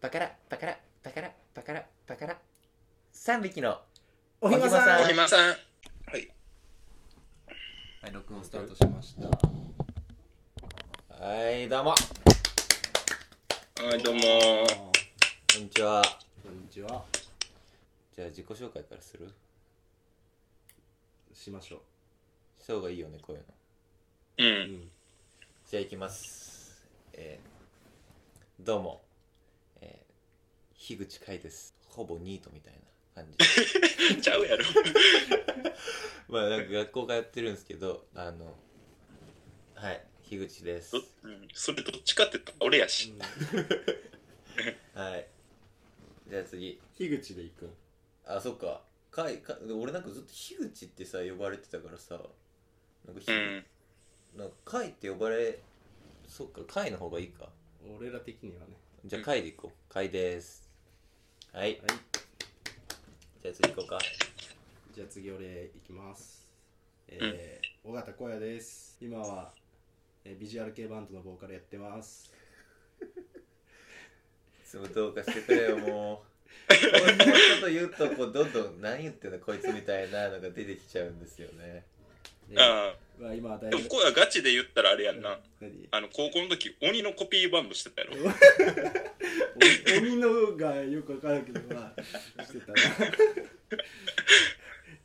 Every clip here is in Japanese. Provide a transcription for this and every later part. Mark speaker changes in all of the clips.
Speaker 1: パカラパカラパカラパカラパカラ3匹の
Speaker 2: おひまさん
Speaker 1: お
Speaker 3: お
Speaker 1: ひ
Speaker 3: ひまさん
Speaker 4: はい、録音スタートしました。はい、どうも。
Speaker 3: はいどうも
Speaker 1: こんにちは
Speaker 2: こんにちは
Speaker 1: じゃあ自己紹介からする
Speaker 2: しましょ
Speaker 1: した方がいいよねこういうの
Speaker 2: う、
Speaker 3: う
Speaker 2: うんん、
Speaker 1: じゃあ行きますえー、どうもえー、樋口海ですほぼニートみたいな感じ
Speaker 3: ちゃうやろ
Speaker 1: まあなんか学校通ってるんですけどあのはい樋口です
Speaker 3: どうんそれどっちかって言ったら俺やし
Speaker 1: はいじゃあ次
Speaker 2: 樋口で行く
Speaker 1: あそっかかいか俺なんかずっと樋口ってさ呼ばれてたからさなんかひ、
Speaker 3: うん
Speaker 1: なんか貝って呼ばれそっか貝の方がいいか
Speaker 2: 俺ら的にはね
Speaker 1: じゃあ
Speaker 3: うん
Speaker 1: 貝でいこう貝ですはい
Speaker 2: はい
Speaker 1: じゃあ次行こうか
Speaker 2: じゃあ次俺行きますえー、尾形小也です今は、えービジュアル系バンドのボーカルやってます
Speaker 1: そのどうかしてくれよも うこんなこと言うとこうどんどん何言ってんのこいつみたいなのが出てきちゃうんですよね
Speaker 2: で
Speaker 3: あ
Speaker 2: まあ今は
Speaker 3: あ
Speaker 2: 大
Speaker 3: でもこれはガチで言ったらあれやんな
Speaker 2: 何
Speaker 3: あの高校の時鬼のコピーバンドしてたやろ
Speaker 2: お鬼のがよくわからんけどま あしてたな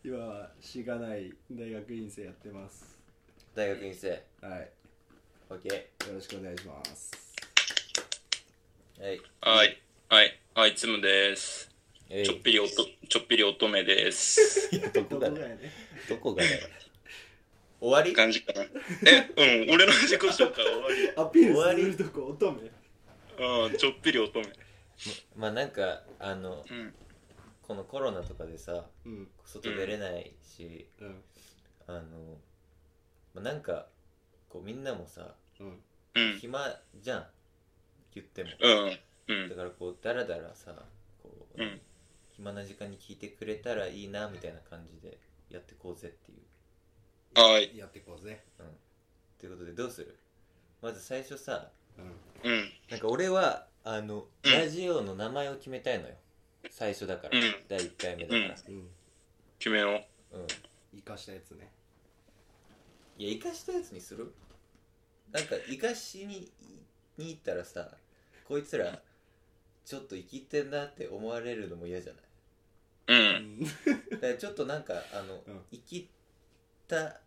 Speaker 2: 今はしがない大学院生やってます
Speaker 1: 大学院生
Speaker 2: はい、
Speaker 1: OK
Speaker 2: よろしくお願いします。
Speaker 1: はい
Speaker 3: はいはいはいつむです
Speaker 1: えい
Speaker 3: ちょっぴりおとちょっぴり乙女です
Speaker 1: どこが だよどこがだよ終わり
Speaker 3: 感じかなえうん俺の自己紹介終わり
Speaker 2: アピールするとこ乙女。
Speaker 3: うんちょっぴり乙女
Speaker 1: まあなんかあの
Speaker 3: うん
Speaker 1: このコロナとかでさ
Speaker 2: うん
Speaker 1: 外出れないし、
Speaker 2: うん
Speaker 1: あの、まあ、なんかこうみんなもさ
Speaker 2: うん
Speaker 3: うん
Speaker 1: 暇じゃん言っても
Speaker 3: うんうん
Speaker 1: だからこうダラダラさこう、
Speaker 3: うん
Speaker 1: 暇な時間に聞いてくれたらいいなみたいな感じでやってこうぜっていう
Speaker 3: はい
Speaker 2: やっていこうぜ。
Speaker 1: ということでどうするまず最初さ
Speaker 2: うん
Speaker 3: うん
Speaker 1: なんか俺はあの、
Speaker 3: うん
Speaker 1: ラジオの名前を決めたいのよ最初だから、
Speaker 3: うん
Speaker 1: 第1回目だから
Speaker 2: うん
Speaker 3: 決めよ
Speaker 1: うん
Speaker 2: 生かしたやつね。
Speaker 1: いや生かしたやつにするなんか生かしにに行ったらさこいつらちょっと生きてんなって思われるのも嫌じゃないう
Speaker 3: う
Speaker 2: うんん
Speaker 1: だからちょっとなんかあの、
Speaker 2: うん
Speaker 1: 生きたっ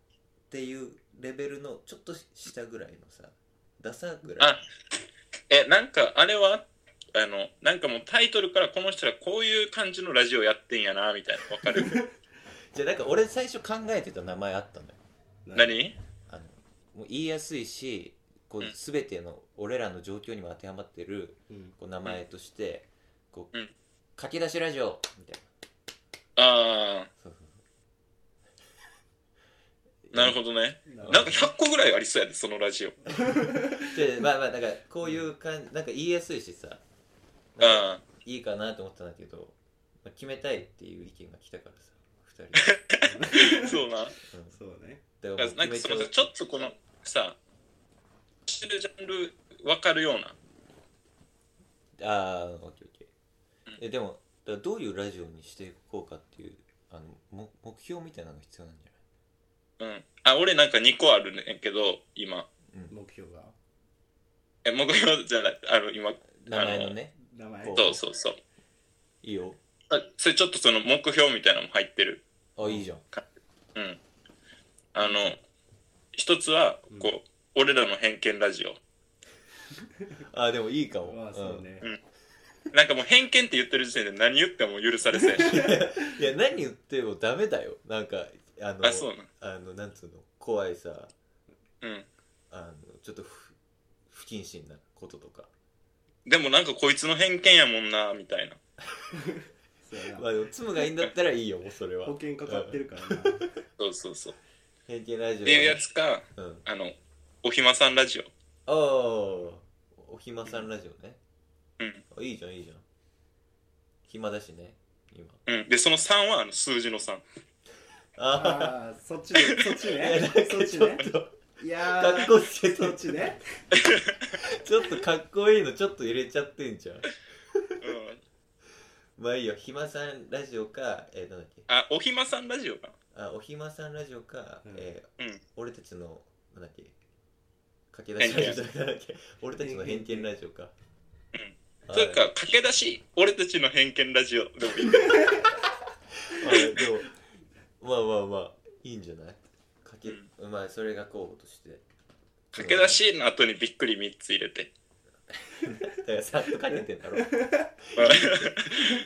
Speaker 1: ていうレベルのちょっと下ぐらいのさダサぐらい
Speaker 3: あえなんかあれはあのなんかもうタイトルからこの人らこういう感じのラジオやってんやなみたいなわかる
Speaker 1: じゃあなんか俺最初考えてた名前あったのよ
Speaker 3: 何
Speaker 1: あのもう言いやすいしこう
Speaker 3: うん
Speaker 1: 全ての俺らの状況にも当てはまってる
Speaker 2: うん
Speaker 1: こう名前として、こう、
Speaker 3: うん
Speaker 1: 書き出しラジオみたいな
Speaker 3: あ
Speaker 1: そうそうそう
Speaker 3: あ なるほどね
Speaker 2: な
Speaker 3: なんか100個ぐらいありそうやでそのラジオ
Speaker 1: でまあまあなんかこういう感じなんか言いやすいしさなんか
Speaker 3: あ
Speaker 1: いいかなと思ったんだけど、まあ、決めたいっていう意見が来たからさ2
Speaker 3: あそうな
Speaker 1: 人、うん
Speaker 2: そうね。
Speaker 1: だからもう
Speaker 3: なんか
Speaker 1: 決
Speaker 3: そ
Speaker 1: め
Speaker 3: の
Speaker 1: ちゃ
Speaker 3: ちょっとこのさ知るジャンル分かるような
Speaker 1: うああオッケーオッケーえでもだからどういうラジオにしていこうかっていうあのも目標みたいなのが必要なんじゃ
Speaker 3: うんあ俺なんか2個あるねんけど今
Speaker 2: 目標が
Speaker 3: え目標じゃないあの今
Speaker 1: ない名前のね
Speaker 2: 名前。
Speaker 1: そう
Speaker 3: そうそうそう
Speaker 1: いいよ
Speaker 3: あそれちょっとその目標みたいなのも入ってる
Speaker 1: あいいじゃん
Speaker 3: うんあの一つはこう、俺らの偏見ラジオ
Speaker 1: あでもいいかも、
Speaker 2: まあそうね。
Speaker 3: なんかもう偏見って言ってる時点で何言っても許されせんし
Speaker 1: うんいや何言ってもダメだよなんかあの
Speaker 3: あそうなん
Speaker 1: あのなんつうの怖いさ
Speaker 3: うん
Speaker 1: あのちょっと不不謹慎なこととか
Speaker 3: でもなんかこいつの偏見やもんなみたいな
Speaker 2: そうや
Speaker 1: ま
Speaker 2: な
Speaker 1: あでもツムがいいんだったらいいよもうそれは
Speaker 2: 保険かかって
Speaker 1: る
Speaker 2: るからな。
Speaker 3: そうそうそう
Speaker 1: 偏見ラジオね
Speaker 3: っていうやつか
Speaker 1: うん
Speaker 3: あのおひまさんラジオ
Speaker 1: ああおひまさんラジオね
Speaker 3: うん
Speaker 1: あいいじゃんいいじゃん暇だしね今
Speaker 3: うん、でその3はあの数字の3
Speaker 1: あ
Speaker 2: ああ、そっちね。 そっち
Speaker 1: あいや
Speaker 2: ね
Speaker 1: なん。
Speaker 2: そっ
Speaker 1: か
Speaker 2: ち
Speaker 1: ちょっ
Speaker 2: ね。
Speaker 1: と
Speaker 2: いや
Speaker 1: かっ
Speaker 2: ー。
Speaker 1: こつけて
Speaker 2: そっちね。
Speaker 1: ちょっとかっこいいのちょっと入れちゃってんじゃんまあいいよ、ひまさんラジオか、えー、なんだっけ、
Speaker 3: あ、おひまさんラジオか
Speaker 1: あ、おひまさんラジオか、
Speaker 2: うん
Speaker 1: えー
Speaker 3: うん
Speaker 1: 俺たちの、なんだっけ、駆け出しラジオじゃなく て、俺たちの偏見ラジオか。
Speaker 3: な。
Speaker 1: はい
Speaker 3: というか、駆け出し、俺たちの偏見ラジオでもいい。
Speaker 1: まあでも、まあまあまあ、いいんじゃないかけ、まあそれが候補として。
Speaker 3: 駆け出しの後にびっくり3つ入れて。
Speaker 1: だからさっとかけてん だろ。
Speaker 3: うん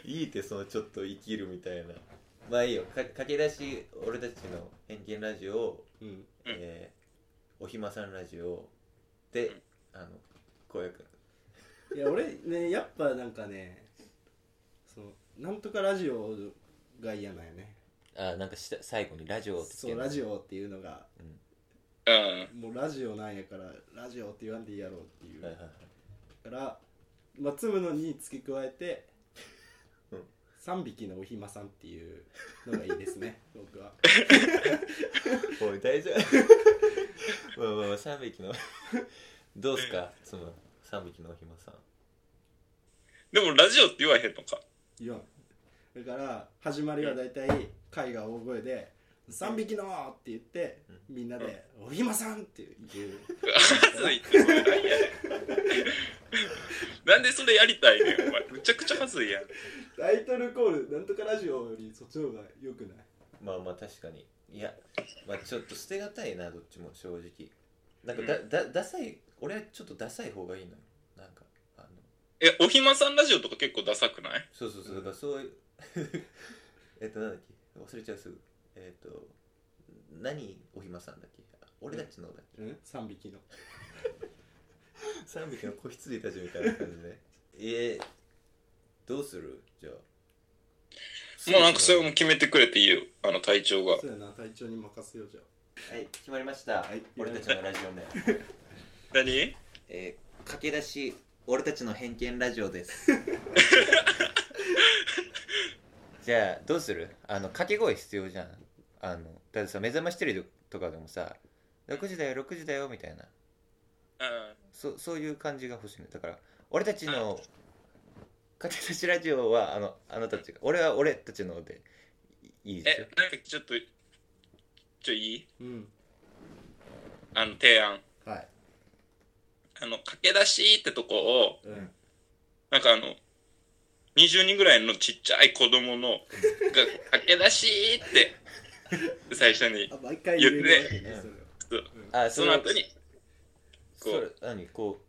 Speaker 1: いいって、そのちょっと生きるみたいな。まあいいよ、か駆け出し、俺たちの偏見ラジオを、
Speaker 2: うん
Speaker 1: えーおひまさんラジオで、あの、こうやくん。
Speaker 2: いや俺ねやっぱなんかねそのなんとかラジオが嫌なんやね
Speaker 1: あなんかした最後にラジオをつ
Speaker 2: そ
Speaker 1: け
Speaker 2: う
Speaker 1: る
Speaker 2: ラジオっていうのが
Speaker 3: うん。
Speaker 2: もうラジオなんやからラジオって言わんでいいやろうっていう
Speaker 1: はい
Speaker 2: だ
Speaker 1: はいはい
Speaker 2: から、まあ、積むのに付け加えて
Speaker 1: うん
Speaker 2: 3匹のおひまさんっていうのがいいです ね僕は
Speaker 1: おい大丈夫まあまあまあ3匹のどうすかその3匹のおひまさん
Speaker 3: でも、ラジオって言わへんのか。
Speaker 2: 言わんだから始まりは大体貝が大声で「3匹の!」って言ってみんなで「おひまさん!」って言う
Speaker 3: はずいって、それなんやねん。 なんでそれやりたいねん、お前。むちゃくちゃはずいやん。
Speaker 2: タイトルコールなんとかラジオよりそっちの方が良くない
Speaker 1: まあまあ確かにいや、まあ、ちょっと捨てがたいなどっちも正直なんかだ、だダサい俺はちょっとダサい方がいいのよなんかあの
Speaker 3: え、おひまさんラジオとか結構ダサくない
Speaker 1: そうそうそうだからそういう えっとなんだっけ忘れちゃうすぐえっと何おひまさんだっけ俺たちのだっけ
Speaker 2: うん3匹 の
Speaker 1: 3匹の子羊たちみたいな感じね えー、どうするじゃあ
Speaker 3: もうなんかそれも決めてくれていいよ。あの、隊長が。
Speaker 2: そうやな隊長に任せようじゃあ
Speaker 1: はい決まりました、
Speaker 2: はい
Speaker 1: 俺たちのラジオね
Speaker 3: 何
Speaker 1: えー、駆け出し俺たちの偏見ラジオです じゃあどうするあの掛け声必要じゃんあのだってさ目覚ましテレビとかでもさ6時だよ6時だよみたいな
Speaker 3: うん。
Speaker 1: そそういう感じが欲しいのだから俺たちの駆け出しラジオはあのあなたたちが俺は俺たちのでいいいですよ
Speaker 3: え、なんかちょっと、ちょ、いい
Speaker 2: うん
Speaker 3: あの、提案。
Speaker 2: はい
Speaker 3: あの、駆け出しってとこを、
Speaker 2: うん
Speaker 3: なんかあの、20人ぐらいのちっちゃい子供の、が、駆け出しって、最初に、
Speaker 2: あ毎回言えるわけ
Speaker 1: 言っ
Speaker 2: ね
Speaker 1: て
Speaker 2: それは
Speaker 1: あ
Speaker 3: その後に、
Speaker 1: それ何こ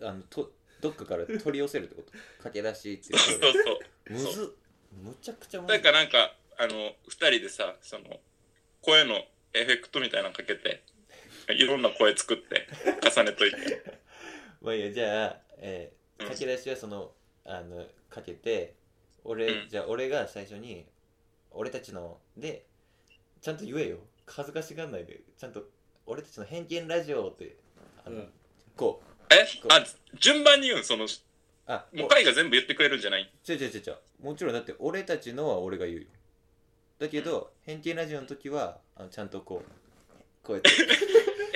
Speaker 1: うあのとどっかから取り寄せる ってこと駆け出しってい
Speaker 3: そううそうそう。
Speaker 1: む
Speaker 3: そう
Speaker 1: ずっむちゃくちゃむず
Speaker 3: な
Speaker 1: っ
Speaker 3: んかなんか、あの、二人でさ、その、声のエフェクトみたいなのかけて、いろんな声作って、重ねといて。
Speaker 1: まあいいやじゃあ、えー
Speaker 3: うん
Speaker 1: 駆け出しはそのあのかけて俺、
Speaker 3: うん
Speaker 1: じゃあ俺が最初に俺たちのでちゃんと言えよ恥ずかしがんないでちゃんと俺たちの偏見ラジオってあの、
Speaker 2: うん
Speaker 1: こう
Speaker 3: えあ、順番に言うん、その、
Speaker 1: あ
Speaker 3: もう
Speaker 1: お
Speaker 3: 回が全部言ってくれるんじゃない
Speaker 1: ちょいちょいちょいちょいもちろんだって俺たちのは俺が言うよだけど偏見ラジオの時はあのちゃんとこうこうやって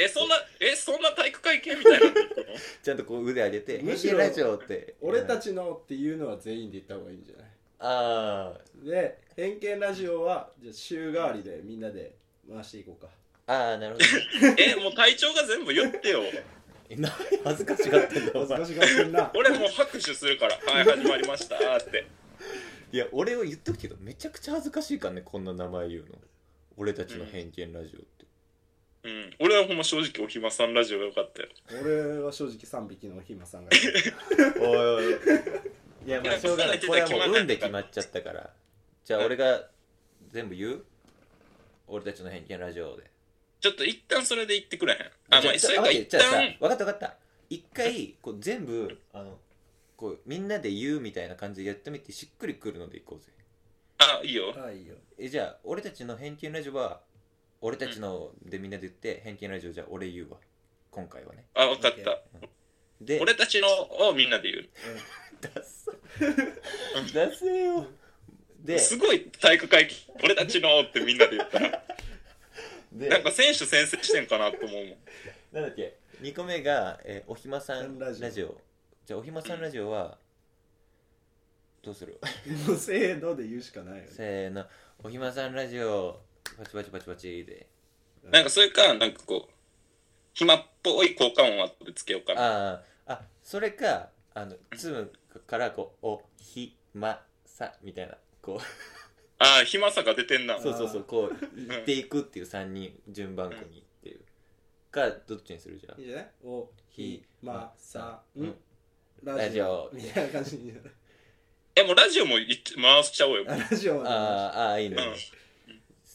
Speaker 3: え、そんな、え、そんな体育会系みたいなの行くの
Speaker 1: ちゃんとこう腕上げて
Speaker 2: むし
Speaker 1: 偏見
Speaker 2: ろ
Speaker 1: ラジオって
Speaker 2: 俺た
Speaker 1: ち
Speaker 2: ちのっていうのは全員で言った方がいいんじゃない
Speaker 1: あー
Speaker 2: で偏見ラジオはじゃあ週替わりでみんなで回していこうか
Speaker 1: あーなる ほど
Speaker 3: え、もう隊長が全部言ってよ。
Speaker 1: え何恥ずかしがってんだお
Speaker 2: 恥ず
Speaker 1: 前
Speaker 2: かしがってんな
Speaker 3: 俺もう拍手するから、はい、始まりましたって。
Speaker 1: いや俺は言っとくけどめちゃくちゃ恥ずかしいからねこんな名前言うの俺たちの偏見ラジオって、
Speaker 3: うん、俺はほんま正直おひまさんラジオが良かったよ。
Speaker 2: 俺は正直3匹のおひまさんが
Speaker 1: おいお いおいいやまあしょうがないこれはもう運で決まっちゃったからじゃあ俺が全部言う俺たちの偏見ラジオで
Speaker 3: ちょっと一旦それで言ってくれへん。あ、まあ、
Speaker 1: じゃ
Speaker 3: それか
Speaker 1: 待っ
Speaker 3: 一
Speaker 1: てじゃあさ
Speaker 3: 旦、
Speaker 1: 分かった分かった一回こう全部あのこうみんなで言うみたいな感じでやってみてしっくりくるのでいこうぜ
Speaker 3: あ、いいよ。
Speaker 2: あいいよ
Speaker 1: えじゃあ俺たちの偏見ラジオは俺たちのでみんなで言って偏見ラジオじゃあ俺言うわ今回はね
Speaker 3: あ、わかった。
Speaker 1: で
Speaker 3: 俺たちのをみんなで言
Speaker 1: ダッサダセーよで
Speaker 3: う。すごい体育会系。俺たちのってみんなで言ったら、
Speaker 1: で
Speaker 3: なんか選手先制してんかなと思うもん。
Speaker 1: なんだっけ2個目が、えーおひまさんラ
Speaker 2: ラ
Speaker 1: ジ
Speaker 2: ジ
Speaker 1: オ
Speaker 2: オ
Speaker 1: じゃあおひまさんラジオは、どうする
Speaker 2: もうせーので言うしかないよね
Speaker 1: せーの「おひまさんラジオ」パチパチパチパチで
Speaker 3: なんかそれか、なんかこう、暇っぽい効果音を後でつけようかな。
Speaker 1: あああそれかあのつむからこう「おひまさ」みたいなこ
Speaker 3: ああ、暇さが出てんな。
Speaker 1: うそうそうそうこう
Speaker 3: うん
Speaker 1: 言っていくっていう3人順番組にっていうかどっちにするじゃ
Speaker 2: いいじゃないおひ
Speaker 1: ひ
Speaker 2: まさ
Speaker 1: うんんラジオ
Speaker 2: みたいな感じにいいんじゃない
Speaker 3: え、もうラジオもいっ回しちゃおうよ。
Speaker 2: あラジオ
Speaker 1: あ
Speaker 2: は
Speaker 1: あああいいね、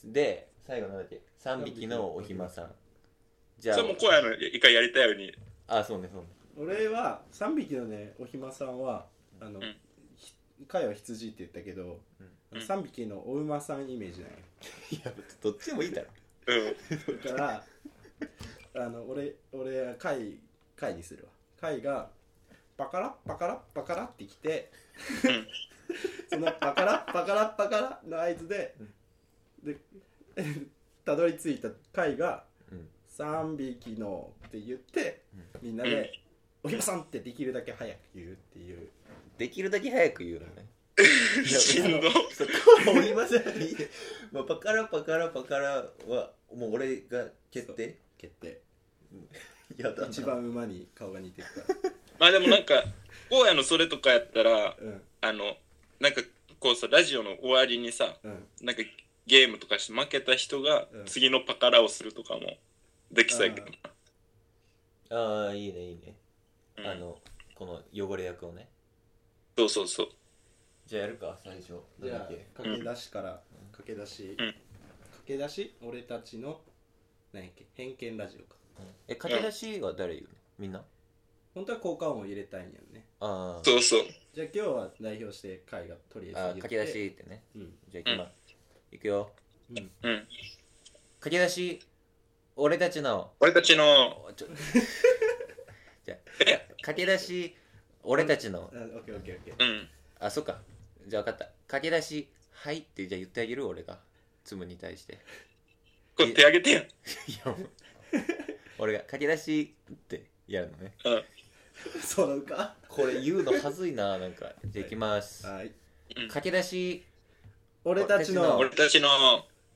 Speaker 1: で最後なんだっけ3匹のおひまさんじゃ
Speaker 3: そ
Speaker 1: あ
Speaker 3: れも声の一回やりたいように。
Speaker 1: あそうねそうね
Speaker 2: 俺は3匹のねおひまさんはあの、
Speaker 3: ん
Speaker 2: ひ貝は羊って言ったけど、
Speaker 3: うん
Speaker 2: 三3匹のお馬さんイメージなんよ
Speaker 1: いやどっちでもいいだろ
Speaker 3: うん。
Speaker 2: だからあの俺俺は貝貝にするわ貝がパカラッパカラッパカラってきてそのパカラッパカラッパカラの合図ででたどり着いた貝が
Speaker 1: うん
Speaker 2: 「3匹の」って言ってみんなで「おひまさん」ってできるだけ早く言うっていう
Speaker 1: できるだけ早く言うのね
Speaker 3: しんど。
Speaker 1: そこはおりませんいいねまあパカラパカラパカラはもう俺が決定
Speaker 2: 決定
Speaker 1: やだな
Speaker 2: 一番馬に顔が似てるから
Speaker 3: まあでもなんか、荒野のそれとかやったら、
Speaker 2: うん
Speaker 3: あの、なんかこうさ、ラジオの終わりにさ、
Speaker 2: うん
Speaker 3: なんかゲームとかして負けた人が
Speaker 2: うん
Speaker 3: 次のパカラをするとかもできそうやけどな。
Speaker 1: ああいいねいいね、
Speaker 3: うん
Speaker 1: あのこの汚れ役をね
Speaker 3: そうそうそう。
Speaker 1: じゃあやるか最初ど
Speaker 2: じ
Speaker 1: れだ
Speaker 2: ゃ
Speaker 1: っけ
Speaker 2: あ駆け出しから、駆け出し、
Speaker 3: うん
Speaker 2: 駆け出し俺たちの何やっけ偏見ラジオか
Speaker 1: うんえ駆け出しは誰言うのみんな
Speaker 2: 本当は効果音を入れたいんやんね
Speaker 1: あー
Speaker 3: そうそう。
Speaker 2: じゃあ今日は代表して会がとり
Speaker 1: あ
Speaker 2: あ
Speaker 1: ー
Speaker 2: えず言って
Speaker 1: 駆け出しってね
Speaker 2: うん
Speaker 1: じゃあ行きます、行くよ
Speaker 2: うん
Speaker 3: うん。
Speaker 1: 駆け出し俺たちの
Speaker 3: 俺たちの、
Speaker 1: おちょじゃあ駆け出し俺たちの
Speaker 2: あオッケーオッケーオッケー
Speaker 3: うん。
Speaker 1: あそっかじゃあ分かった駆け出しはいってじゃあ言ってあげる俺がつむに対して
Speaker 3: こう手挙げてやん。
Speaker 1: いやもう俺が駆け出しってやるのね
Speaker 3: うん。
Speaker 2: そうなのか
Speaker 1: これ言うのはずいななんかじゃあ行きます、
Speaker 2: はい
Speaker 1: 駆け出し
Speaker 2: 俺たちの
Speaker 3: 俺たちの、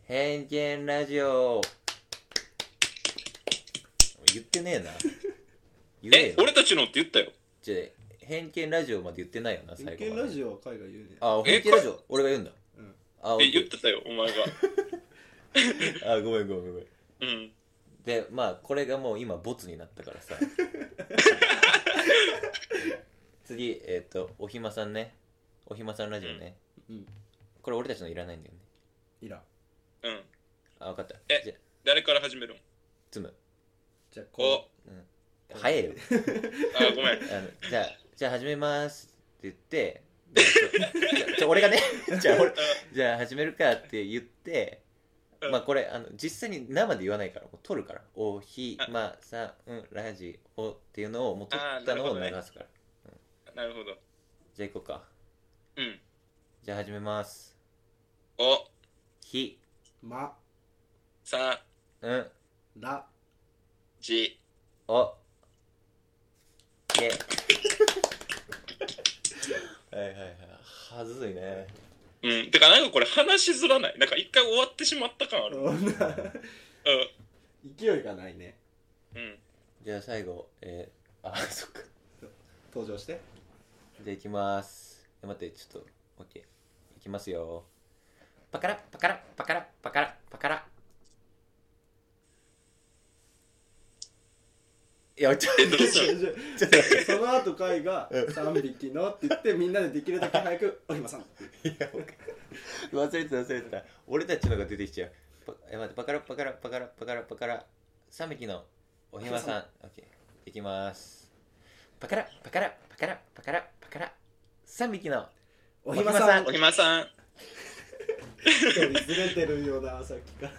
Speaker 1: 偏見ラジオ言ってねえな言え
Speaker 3: え
Speaker 1: よ、
Speaker 3: 俺たちのって言ったよ。
Speaker 1: じゃあ偏見ラジオまで言ってないよな最後ま
Speaker 2: 偏
Speaker 1: で
Speaker 2: 見ラジオは会が言うね
Speaker 1: あ、本気ラジオ、俺が言うんだ。
Speaker 2: うん
Speaker 1: あ、
Speaker 3: え、言っ
Speaker 1: OK
Speaker 3: てたよ、お前が。
Speaker 1: あ、ごめんごめんごめん。
Speaker 3: うん。
Speaker 1: で、まあ、これがもう今、ボツになった からさ。次、えっ、と、おひまさんね。おひまさんラジオね。
Speaker 2: うん
Speaker 1: これ、俺たちのいらないんだよね。
Speaker 2: いらん
Speaker 3: うん。
Speaker 1: あ、わかった。
Speaker 3: え
Speaker 1: じゃあ、
Speaker 3: 誰から始めるん
Speaker 1: つむ。
Speaker 2: じゃあ
Speaker 3: お
Speaker 2: こ、
Speaker 1: 早えよ。
Speaker 3: あ、ごめん。
Speaker 1: あのじゃあ、じゃあ始めますって言って、で ちょちょちょ俺がね、じゃあ俺、じゃあ始めるかって言って、
Speaker 3: うん
Speaker 1: まあこれ、あの実際に生で言わないから、もう撮るから、おひまさんラジオっていうのを、もう撮ったのを流すから。
Speaker 3: なるほど。
Speaker 1: じゃあ行こうか。
Speaker 3: うん。
Speaker 1: じゃあ始めます。
Speaker 3: お、
Speaker 1: ひ、
Speaker 2: うま
Speaker 3: さ、
Speaker 1: うん、
Speaker 2: ら
Speaker 3: じ、
Speaker 1: お、け。 はいはいはい。はずいね。
Speaker 3: うん。てか、なんかこれ話しづらない。なんか一回終わってしまった感ある。
Speaker 2: 勢いがないね
Speaker 3: うん。うん。
Speaker 1: じゃあ最後、えー、あ、 そっか。
Speaker 2: 登場して
Speaker 1: じゃあ行きます。え待って、ちょっと、OK。いきますよ。パカラパカラパカラパカラパカラ。いや、ちょっと
Speaker 3: え、どうす る
Speaker 1: ちょっと待っ
Speaker 2: その後会が3匹のって言ってみんなでできるだけ早く「おひまさん」って
Speaker 1: て、忘れてた忘れてた。俺たちのが出てきちゃう。パえ、待って、パカラパカラパカラパカラパカラ。三匹のおひまさん。OK。いきます。パカラパカラパカラパカラパカラ。三匹の
Speaker 2: おひまさん
Speaker 3: おひまさん。い
Speaker 2: ずれてるようなさっきから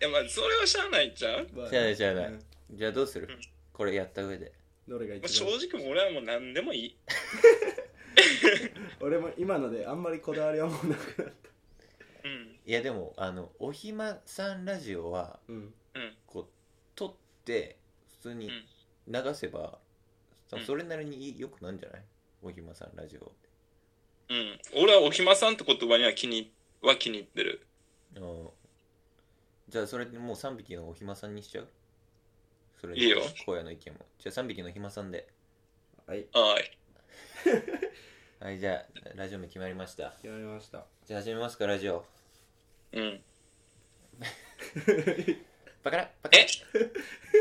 Speaker 3: や、まあ、それはしゃあないんちゃう
Speaker 2: まあ
Speaker 1: 知らない知らない
Speaker 2: うん
Speaker 1: じゃあどうする
Speaker 3: うん
Speaker 1: これやった上で。
Speaker 2: どれが
Speaker 3: まあ
Speaker 2: 一
Speaker 3: 正
Speaker 2: 番
Speaker 3: 直もう俺はもう何でもいい。
Speaker 2: 俺も今のであんまりこだわりはもうなくなった
Speaker 3: うん。
Speaker 1: いやでもあのおひまさんラジオは
Speaker 2: うん
Speaker 3: うん。
Speaker 1: こう撮って普通に流せば、
Speaker 3: うん
Speaker 1: それなりに良くなんじゃないおひまさんラジオ
Speaker 3: うん。俺はおひまさんって言葉には気に、は気に入ってる。
Speaker 1: あーじゃあそれでもう3匹のおひまさんにしちゃうそれで
Speaker 3: いいよ
Speaker 1: 荒野の意見もじゃあ3匹のおひまさんで
Speaker 2: はい
Speaker 3: はい。
Speaker 1: はいじゃあラジオも決まりました
Speaker 2: 決まりました
Speaker 1: じゃあ始めますかラジオ
Speaker 3: うん。
Speaker 1: バカラバカ
Speaker 3: え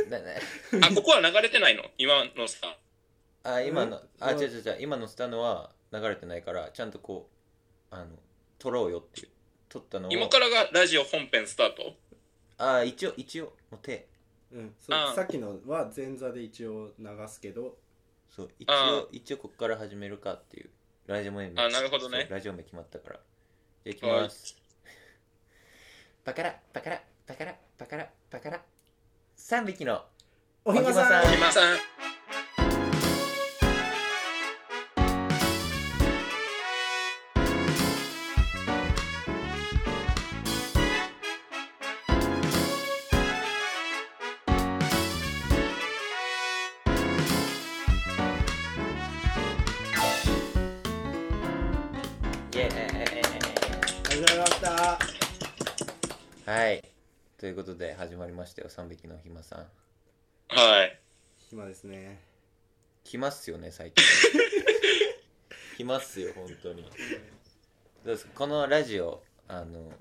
Speaker 1: ラなな
Speaker 3: あ、ここは流れてないの今のさ。
Speaker 1: あ今のあ
Speaker 2: う
Speaker 1: 違
Speaker 2: ん
Speaker 1: う違う違う今のしたのは流れてないからちゃんとこうあの撮ろうよっていう撮ったのを
Speaker 3: 今からがラジオ本編スタート
Speaker 1: あ一応一応もう手
Speaker 2: うん、
Speaker 3: あ
Speaker 2: そ
Speaker 3: あ
Speaker 2: さっきのは前座で一応流すけど
Speaker 1: そう一
Speaker 3: あ
Speaker 1: 応一応こっから始めるかっていうラジオ名
Speaker 3: あなるほどね
Speaker 1: そうラジオ名決まったからじゃあいきますパカラパカラパカラパカラパカラ3匹の
Speaker 2: おひまさん
Speaker 1: おひ
Speaker 3: 今さん。
Speaker 1: イエ
Speaker 2: ありがとうございました
Speaker 1: ーイはいということで始まりましたよ3匹のひまさん
Speaker 3: はい。
Speaker 2: 暇ですね
Speaker 1: 来ますよね最 近来ますよ本当にどうですかこのラジオあの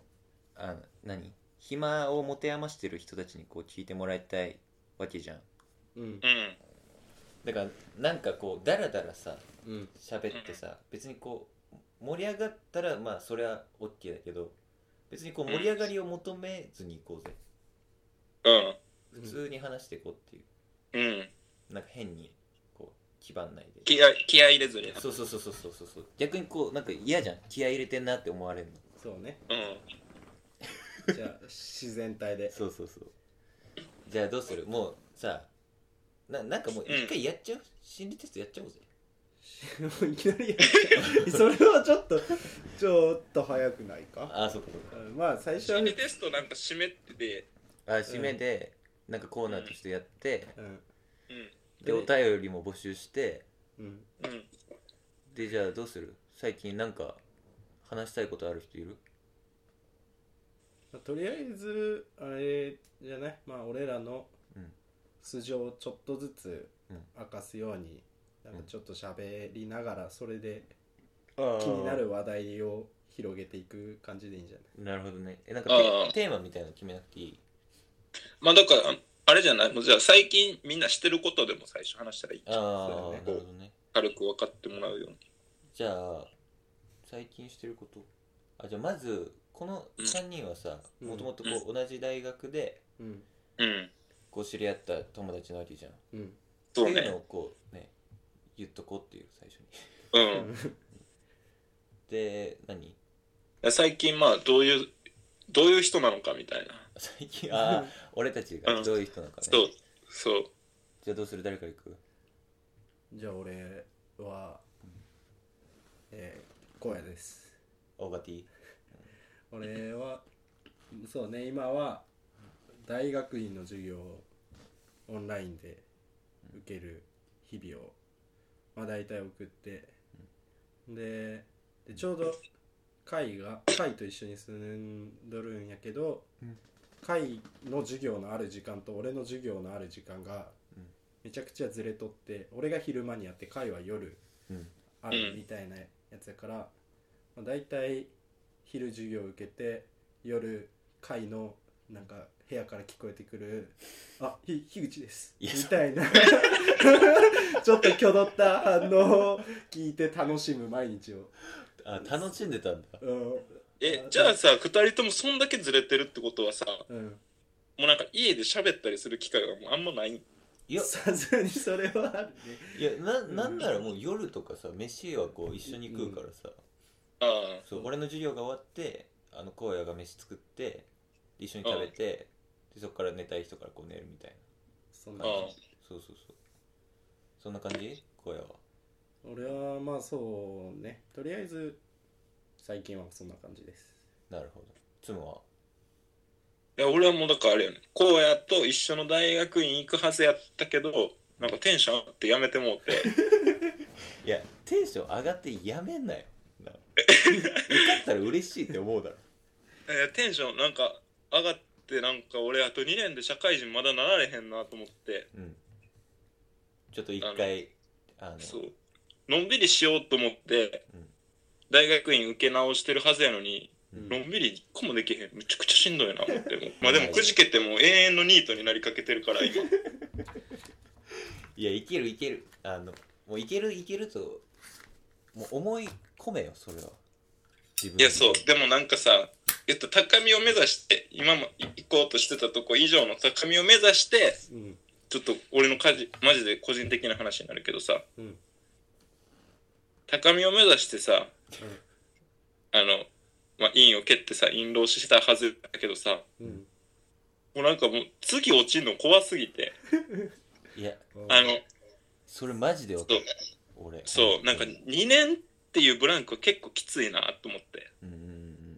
Speaker 1: あの何暇を持て余してる人たちにこう聞いてもらいたいわけじゃん
Speaker 2: うん
Speaker 3: うん。
Speaker 1: だからなんかこうダラダラさ
Speaker 2: うん
Speaker 1: 喋ってさ別にこう盛り上がったらまあそれは OK だけど別にこう盛り上がりを求めずに行こうぜ
Speaker 3: うん。
Speaker 2: うん
Speaker 1: 普通に話していこうってい
Speaker 3: うん。
Speaker 1: うなんか変にこう基盤ないで
Speaker 3: 気合い、気合い入れずに。
Speaker 1: そうそうそうそうそうそうそう逆にこうなんか嫌じゃん気合い入れてんなって思われるの
Speaker 2: そうね
Speaker 3: うん。
Speaker 2: じゃあ自然体で
Speaker 1: そうそうそうじゃあどうするもうさななんかもう一回やっちゃう、心理テストやっちゃおうぜ
Speaker 2: もういきなりやっちゃうそれはちょっとちょっと早くないか
Speaker 1: ああそうかそうか
Speaker 2: うんまあ最初は
Speaker 3: 心理テストなんか湿ってて、
Speaker 1: あ締めで、なんかコーナーとしてやって、
Speaker 2: うん
Speaker 3: うん。
Speaker 1: でお便りも募集して
Speaker 2: うん
Speaker 3: うん。
Speaker 1: でじゃあどうする最近なんか話したいことある人いる
Speaker 2: まあとりあえずあれじゃないまあ俺らの
Speaker 1: うん
Speaker 2: 素性をちょっとずつ
Speaker 1: うん
Speaker 2: 明かすように、なん
Speaker 1: う
Speaker 2: か
Speaker 1: ん
Speaker 2: ちょっと喋りながらそれで
Speaker 1: 気
Speaker 2: 気になる話題を広げていく感じでいいんじゃな
Speaker 1: な
Speaker 2: い
Speaker 1: るほどねえなんかテ
Speaker 3: ああ
Speaker 1: テーマみたいなの決めなくていい
Speaker 3: まあだから、あれじゃないもうじゃあ最近みんなしてることでも最初話したらいいじ
Speaker 1: あ
Speaker 3: ゃん。
Speaker 1: あ、
Speaker 2: そうだ
Speaker 1: な
Speaker 2: ね
Speaker 1: るほどね
Speaker 3: 軽く分かってもらうように。
Speaker 1: じゃあ最近してることあじゃあまずこの3人はさ
Speaker 2: うん
Speaker 1: もともとこう同じ大学で
Speaker 2: うん
Speaker 3: うん。
Speaker 1: こう知り合った友達なわけじゃん、
Speaker 2: うん
Speaker 3: そう
Speaker 1: っていうの
Speaker 3: ね。
Speaker 1: をこうね言っとこうっていう最初に
Speaker 2: う
Speaker 3: う。
Speaker 2: んん
Speaker 1: で何
Speaker 3: 最近まあどういう、どういう人なのかみたいな。
Speaker 1: 最近ああ俺たちがどういう人なのかね、
Speaker 3: そう、そう。
Speaker 1: じゃあどうする誰から行く
Speaker 2: じゃあ俺はえー、荒野です
Speaker 1: オーガティ
Speaker 2: 俺はそうね今は大学院の授業をオンラインで受ける日々を、まあ、大体送ってででちょうど会が会と一緒に住んどるんやけど
Speaker 1: うん
Speaker 2: 会の授業のある時間と俺の授業のある時間が
Speaker 1: うん
Speaker 2: めちゃくちゃずれとって俺が昼間にやって会は夜
Speaker 1: うん
Speaker 2: あるみたいなやつやから、まあ、大体昼授業受けて夜会のなんか部屋から聞こえてくる「あひ樋口です」
Speaker 1: い
Speaker 2: み
Speaker 1: や
Speaker 2: たいな ちょっと挙動った反応を聞いて楽しむ毎日を、
Speaker 1: あ楽しんでたんだ
Speaker 2: うん
Speaker 3: え、じゃあさ、二人ともそんだけずれてるってことはさ、も
Speaker 2: うん、
Speaker 3: うなんか家で喋ったりする機会がもうあんまない。
Speaker 1: いや
Speaker 2: さすがにそれはあるね
Speaker 1: いやななんならもう夜とかさ飯はこう一緒に食うからさ、
Speaker 3: あ
Speaker 1: そう俺の授業が終わってあの荒野が飯作ってで一緒に食べて、でそこから寝たい人からこう寝るみたい
Speaker 2: そん
Speaker 3: あ、
Speaker 2: な
Speaker 3: ああ
Speaker 2: 感じ。
Speaker 1: なそうそうそうそんな感じ荒野は
Speaker 2: 俺はまあそうねとりあえず最近はそんな感じです
Speaker 1: なるほど妻はい
Speaker 3: や、俺はもうだからあれよね。こうやと一緒の大学院行くはずやったけど、なんかテンション上がってやめてもうて。
Speaker 1: いやテンション上がってやめんなよな ったら嬉しいって思うだろ
Speaker 3: えーテンションなんか上がってなんか俺あと2年で社会人まだなられへんなと思って
Speaker 1: うんちょっと一回あの
Speaker 3: そうのんびりしようと思って、
Speaker 1: うん
Speaker 3: 大学院受け直してるはずやのに
Speaker 1: うん
Speaker 3: のんびり一個もできへんめちゃくちゃしんどいな思って まあでもくじけてもう永遠のニートになりかけてるから今
Speaker 1: いやいけるいけるあのもういけるいけるともう思い込めよそれは自分
Speaker 3: いやそうでもなんかさえっと高みを目指して今もい行こうとしてたとこ以上の高みを目指して
Speaker 2: うん
Speaker 3: ちょっと俺の家事マジで個人的な話になるけどさ
Speaker 2: うん
Speaker 3: 高みを目指してさあのまあ院を蹴ってさ院老したはずだけどさ
Speaker 2: うん
Speaker 3: もうなんかもう次落ちるの怖すぎて
Speaker 1: いや
Speaker 3: あの
Speaker 1: それマジでわかる俺
Speaker 3: そうなんか2年っていうブランクは結構きついなと思って
Speaker 1: うんうんうんうん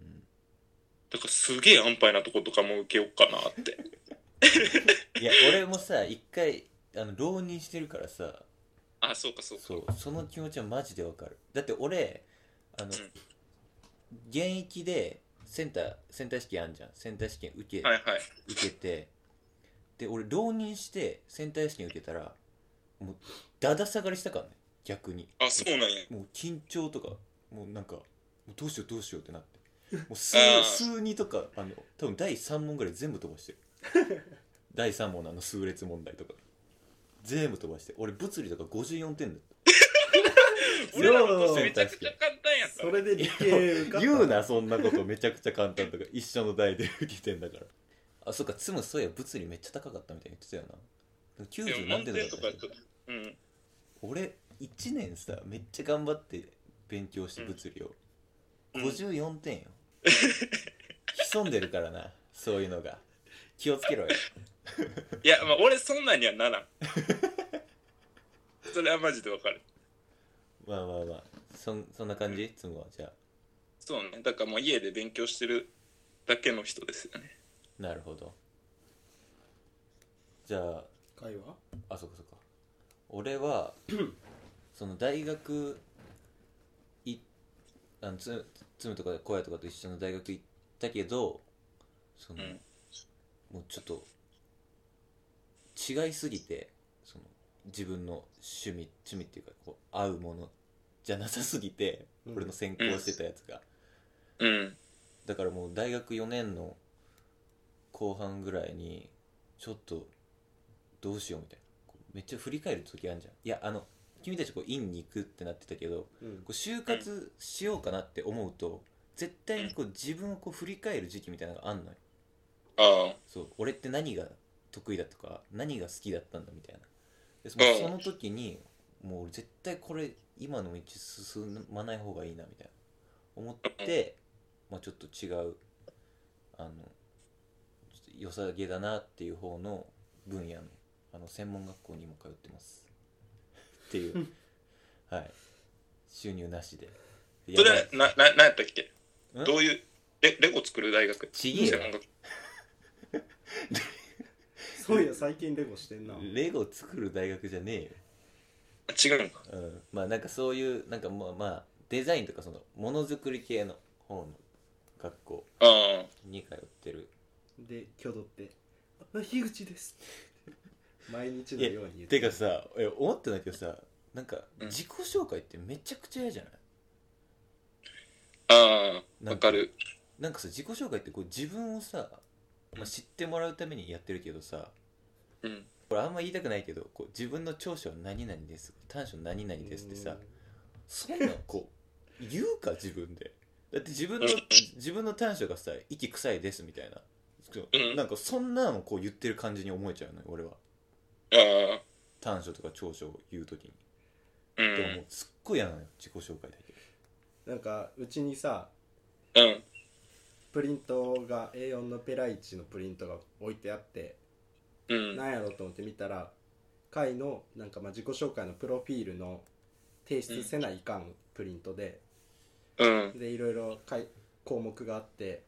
Speaker 3: だからすげえ安牌なとことかも受けようかな って
Speaker 1: いや俺もさ一回あの浪人してるからさ
Speaker 3: あそうかそうか
Speaker 1: そうその気持ちはマジでわかるだって俺あの、
Speaker 3: ん
Speaker 1: 現役でセンターセンター試験あんじゃんセンター試験受け、
Speaker 3: はいはい
Speaker 1: 受けてで俺浪人してセンター試験受けたらもうだだ下がりしたからね逆に
Speaker 3: あそうなんや
Speaker 1: もう緊張とかもうなんかもうどうしようどうしようってなってもう数
Speaker 3: あー
Speaker 1: 数2とかあの多分第3問ぐらい全部飛ばしてる第3問のあの数列問題とか全部飛ばして俺物理とか54点だっ
Speaker 3: 俺らの年めちゃくちゃ簡単やった
Speaker 2: それで理系受
Speaker 1: た
Speaker 2: かった
Speaker 1: 言うなそんなことめちゃくちゃ簡単とか一緒の代で受けてんだからあそっかつむそういや物理めっちゃ高かったみたいに言ってたよなで
Speaker 3: で
Speaker 1: も
Speaker 3: も
Speaker 1: 90何
Speaker 3: 満
Speaker 1: 点
Speaker 3: 点
Speaker 1: だった
Speaker 3: と
Speaker 1: っ
Speaker 3: か
Speaker 1: け
Speaker 3: ちょっとうん
Speaker 1: 俺1年さめっちゃ頑張って勉強して物理を、
Speaker 3: うん
Speaker 1: 54点 よ潜んでるからなそういうのが気をつけろよ
Speaker 3: いやまあ俺そんなんにはならん それはマジでわかる
Speaker 1: まあまあまあそんそんな感じつむはじゃあ
Speaker 3: そうねだからもう家で勉強してるだけの人ですよね
Speaker 1: なるほどじゃあ
Speaker 2: 会話
Speaker 1: あそっかそっか俺 はその大学いあのつつむとか小屋とかと一緒の大学行ったけどその、
Speaker 3: うん
Speaker 1: もうちょっと違いすぎてその自分の趣味趣味っていうかこう合うものじゃなさすぎて、
Speaker 2: うん
Speaker 1: 俺の専攻してたやつが、
Speaker 3: うん
Speaker 1: だからもう大学4年の後半ぐらいにちょっとどうしようみたいなこうめっちゃ振り返る時あるじゃんいやあの君たちこう院に行くってなってたけど
Speaker 2: うん
Speaker 1: こう就活しようかなって思うと絶対にこう自分をこう振り返る時期みたいなのがあんのよ
Speaker 3: ああ
Speaker 1: そう俺って何が得意だとか何が好きだったんだみたいなでその
Speaker 3: う
Speaker 1: その
Speaker 3: ん
Speaker 1: 時にもう俺絶対これ今の道進まない方がいいなみたいな思って、まあ、ちょっと違うあのちょっと良さげだなっていう方の分野のあの専門学校にも通ってます っていうはい収入なしで
Speaker 3: それ
Speaker 1: やばい
Speaker 3: はなななんやったっけ
Speaker 1: ん
Speaker 3: どういうレレゴ作る大学
Speaker 1: ちげえよ
Speaker 3: 専門学校
Speaker 2: そういや最近レゴしてんな
Speaker 1: レゴ作る大学じゃねえよ
Speaker 3: あ違うのか
Speaker 1: うん、まあなんかそういうなんかまあまあデザインとかそのものづくり系の方の学校
Speaker 3: ああ
Speaker 1: に通ってる
Speaker 2: で挙動って「あ樋口です」毎日のように言
Speaker 1: てかさえ思ってないけどさなんか
Speaker 3: うん
Speaker 1: 自己紹介ってめちゃくちゃ嫌じゃない
Speaker 3: ああ
Speaker 1: な
Speaker 3: わ
Speaker 1: んか
Speaker 3: かる
Speaker 1: なんかさ自己紹介ってこう自分をさ、まあ、知ってもらうためにやってるけどさ
Speaker 3: うん
Speaker 1: これあんま言いたくないけどこう自分の長所は何々です短所何々ですってさそんなんこう言うか自分でだって自分の
Speaker 3: うん
Speaker 1: 自分の短所がさ息臭いですみたいなそう
Speaker 3: うん
Speaker 1: なんかそんなのこう言ってる感じに思えちゃうのよ俺は
Speaker 3: ああ
Speaker 1: 短所とか長所を言う時に
Speaker 3: う
Speaker 1: でもも
Speaker 3: ん
Speaker 1: うすっごい嫌なのよ自己紹介だけ
Speaker 2: なんかうちにさ
Speaker 3: うん
Speaker 2: プリントが A4 のペライチのプリントが置いてあって、
Speaker 3: うん
Speaker 2: なんやろうと思って見たら会のなんかまあ自己紹介のプロフィールの提出せないかんプリントで、
Speaker 3: うん
Speaker 2: でいろいろかい項目があって、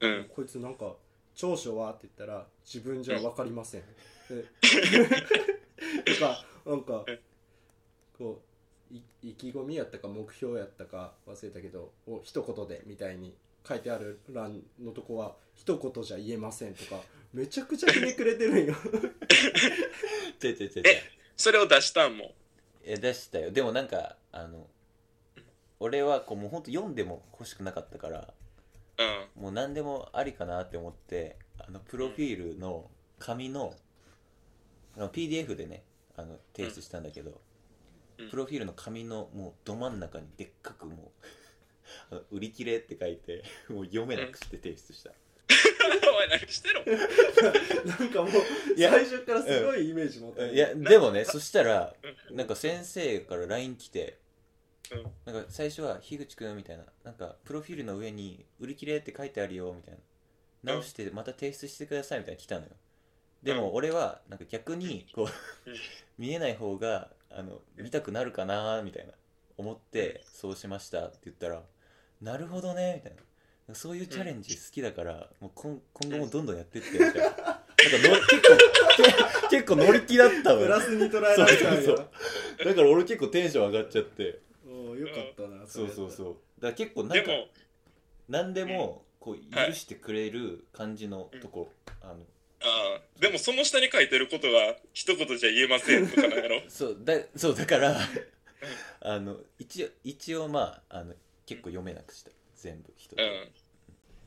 Speaker 3: うん
Speaker 2: こいつなんか長所はって言ったら自分じゃ分かり ません、でとかなんかこうい意気込みやったか目標やったか忘れたけどを一言でみたいに書いてある欄のとこは一言じゃ言えませんとかめちゃくちゃひねくれてるんよ
Speaker 1: ちょいちょいちょいちょい
Speaker 3: えそれを出したんも
Speaker 1: え出したよでもなんかあの俺はこうもうほんと読んでも欲しくなかったから
Speaker 3: ううん
Speaker 1: もう何でもありかなって思ってあのプロフィールの紙のあの PDF でねあの提出したんだけど、
Speaker 3: うん
Speaker 1: プロフィールの紙のもうど真ん中にでっかくもう あの「売り切れ」って書いてもう読めなくして提出した、
Speaker 3: おい何してろ
Speaker 2: なんかもう
Speaker 1: いや
Speaker 2: 最初からすごいイメージ持ってる
Speaker 1: いやでもねそしたらなんか先生から LINE 来て、なんか最初は「樋口くん」みたいななんかプロフィールの上に「売り切れ」って書いてあるよみたいな直してまた提出してくださいみたいなの来たのよでも俺はなんか逆にこう
Speaker 3: うん
Speaker 1: 見えない方があの見たくなるかなみたいな思って「そうしました」って言ったら「なるほどね」みたいな。そういうチャレンジ好きだから、もう今今後もどんどんやってってみたいななんかの結構 結構乗り気だったわ
Speaker 2: プラスに捉えられちゃう
Speaker 1: そう
Speaker 2: よ
Speaker 1: そうだから俺結構テンション上がっちゃって
Speaker 2: おーよかったな
Speaker 1: そうそうそううだから結構な
Speaker 3: で
Speaker 1: んか
Speaker 3: も
Speaker 1: 何でもこう
Speaker 3: はい
Speaker 1: 許してくれる感じのとこ、あの
Speaker 3: ああでもその下に書いてることが一言じゃ言えませんとかなんやろ
Speaker 1: そうだそうだから あの一応一応まああの結構読めなくした全部人、
Speaker 3: うん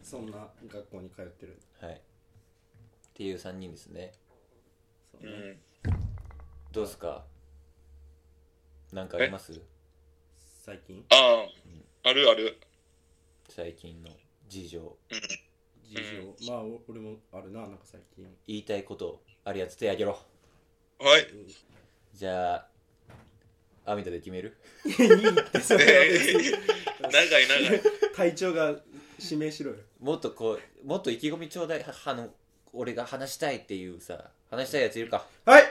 Speaker 2: そんな学校に通ってる
Speaker 1: はいっていう3人ですね
Speaker 2: そう
Speaker 3: う
Speaker 2: ね、
Speaker 3: ん
Speaker 1: どうすかなんかあります
Speaker 2: 最近
Speaker 3: あああるある
Speaker 1: 最近の事情
Speaker 2: 事情、まあお俺もあるななんか最近
Speaker 1: 言いたいことあるやつ手あげろ
Speaker 3: はい
Speaker 1: じゃあアミタで決める
Speaker 2: それは別に
Speaker 3: 長い長い
Speaker 2: 体調が指名しろよ
Speaker 1: もっとこうもっと意気込みちょうだいはあの俺が話したいっていうさ話したいやついるか
Speaker 2: はい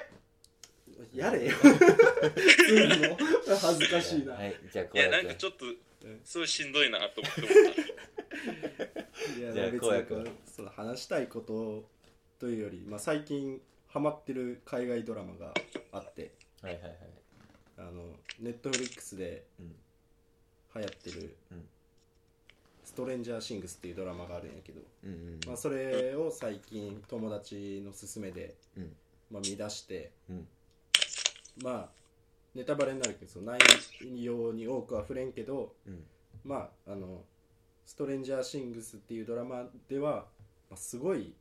Speaker 2: やれようんもう恥ずかしいな、
Speaker 1: はいじゃあこ
Speaker 3: いう
Speaker 1: や
Speaker 3: や
Speaker 1: っ
Speaker 3: なん
Speaker 1: て
Speaker 3: かちょっと
Speaker 2: うん
Speaker 3: すごいしんどいなと思って思っ
Speaker 2: い
Speaker 1: じゃあ
Speaker 2: や別
Speaker 1: こうや
Speaker 2: に
Speaker 1: くん
Speaker 2: その話したいことというより、まあ、最近ハマってる海外ドラマがあって
Speaker 1: はいはいはい
Speaker 2: あのネットフリックスで
Speaker 1: うん
Speaker 2: 流行ってる
Speaker 1: うん
Speaker 2: 「ストレンジャーシングス」っていうドラマがあるんやけど、
Speaker 1: うんうん
Speaker 2: まあ、それを最近友達の勧めで、
Speaker 1: うん
Speaker 2: まあ、見出して
Speaker 1: うん
Speaker 2: まあネタバレになるけどその内容に多くは触れんけど
Speaker 1: うん
Speaker 2: まああの「ストレンジャーシングス」っていうドラマでは、まあ、すごい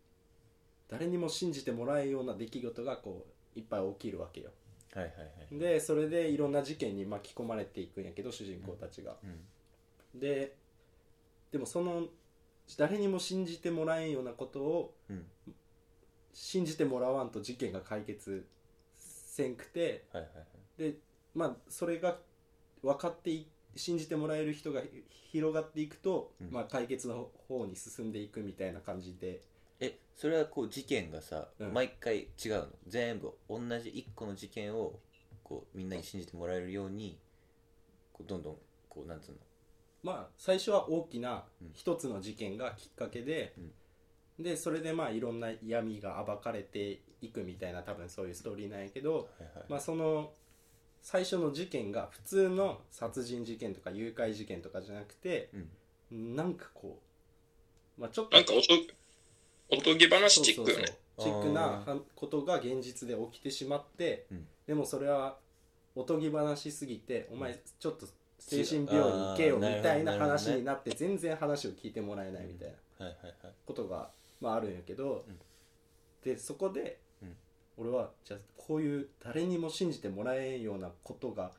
Speaker 2: 誰にも信じてもらえんような出来事がこういっぱい起きるわけよ
Speaker 1: はいはいはい
Speaker 2: でそれでいろんな事件に巻き込まれていくんやけど主人公たちが、
Speaker 1: うん
Speaker 2: ででもその誰にも信じてもらえんようなことを
Speaker 1: うん
Speaker 2: 信じてもらわんと事件が解決せんくて
Speaker 1: はいはいはい
Speaker 2: でまあそれが分かってい信じてもらえる人がひ広がっていくと、
Speaker 1: うん
Speaker 2: まあ、解決の方に進んでいくみたいな感じで
Speaker 1: えそれはこう事件がさ、
Speaker 2: うん
Speaker 1: 毎回違うの全部同じ一個の事件をこうみんなに信じてもらえるようにこうどんどんこうなんつうの
Speaker 2: まあ最初は大きな
Speaker 1: うん
Speaker 2: 一つの事件がきっかけで、でそれでまあいろんな闇が暴かれていくみたいな多分そういうストーリーなんやけど、
Speaker 1: はいはい、
Speaker 2: まあ、その最初の事件が普通の殺人事件とか誘拐事件とかじゃなくて
Speaker 1: うん
Speaker 2: なんかこう、まあ、ちょっと
Speaker 3: たなんかおとおとぎ話チックよね
Speaker 2: そうそうそうチックなはことが現実で起きてしまって、
Speaker 1: うん
Speaker 2: でもそれはおとぎ話すぎて、お前ちょっと精神病院行けよ
Speaker 1: あ
Speaker 2: み
Speaker 1: ー
Speaker 2: たい
Speaker 1: な
Speaker 2: な
Speaker 1: るほど
Speaker 2: 話
Speaker 1: ね
Speaker 2: になって全然話を聞いてもらえないみたいな
Speaker 1: はいはいはい
Speaker 2: ことが、まあ、あるんやけど、
Speaker 1: うん
Speaker 2: でそこで、
Speaker 1: うん
Speaker 2: 俺はじゃあこういう誰にも信じてもらえんようなことが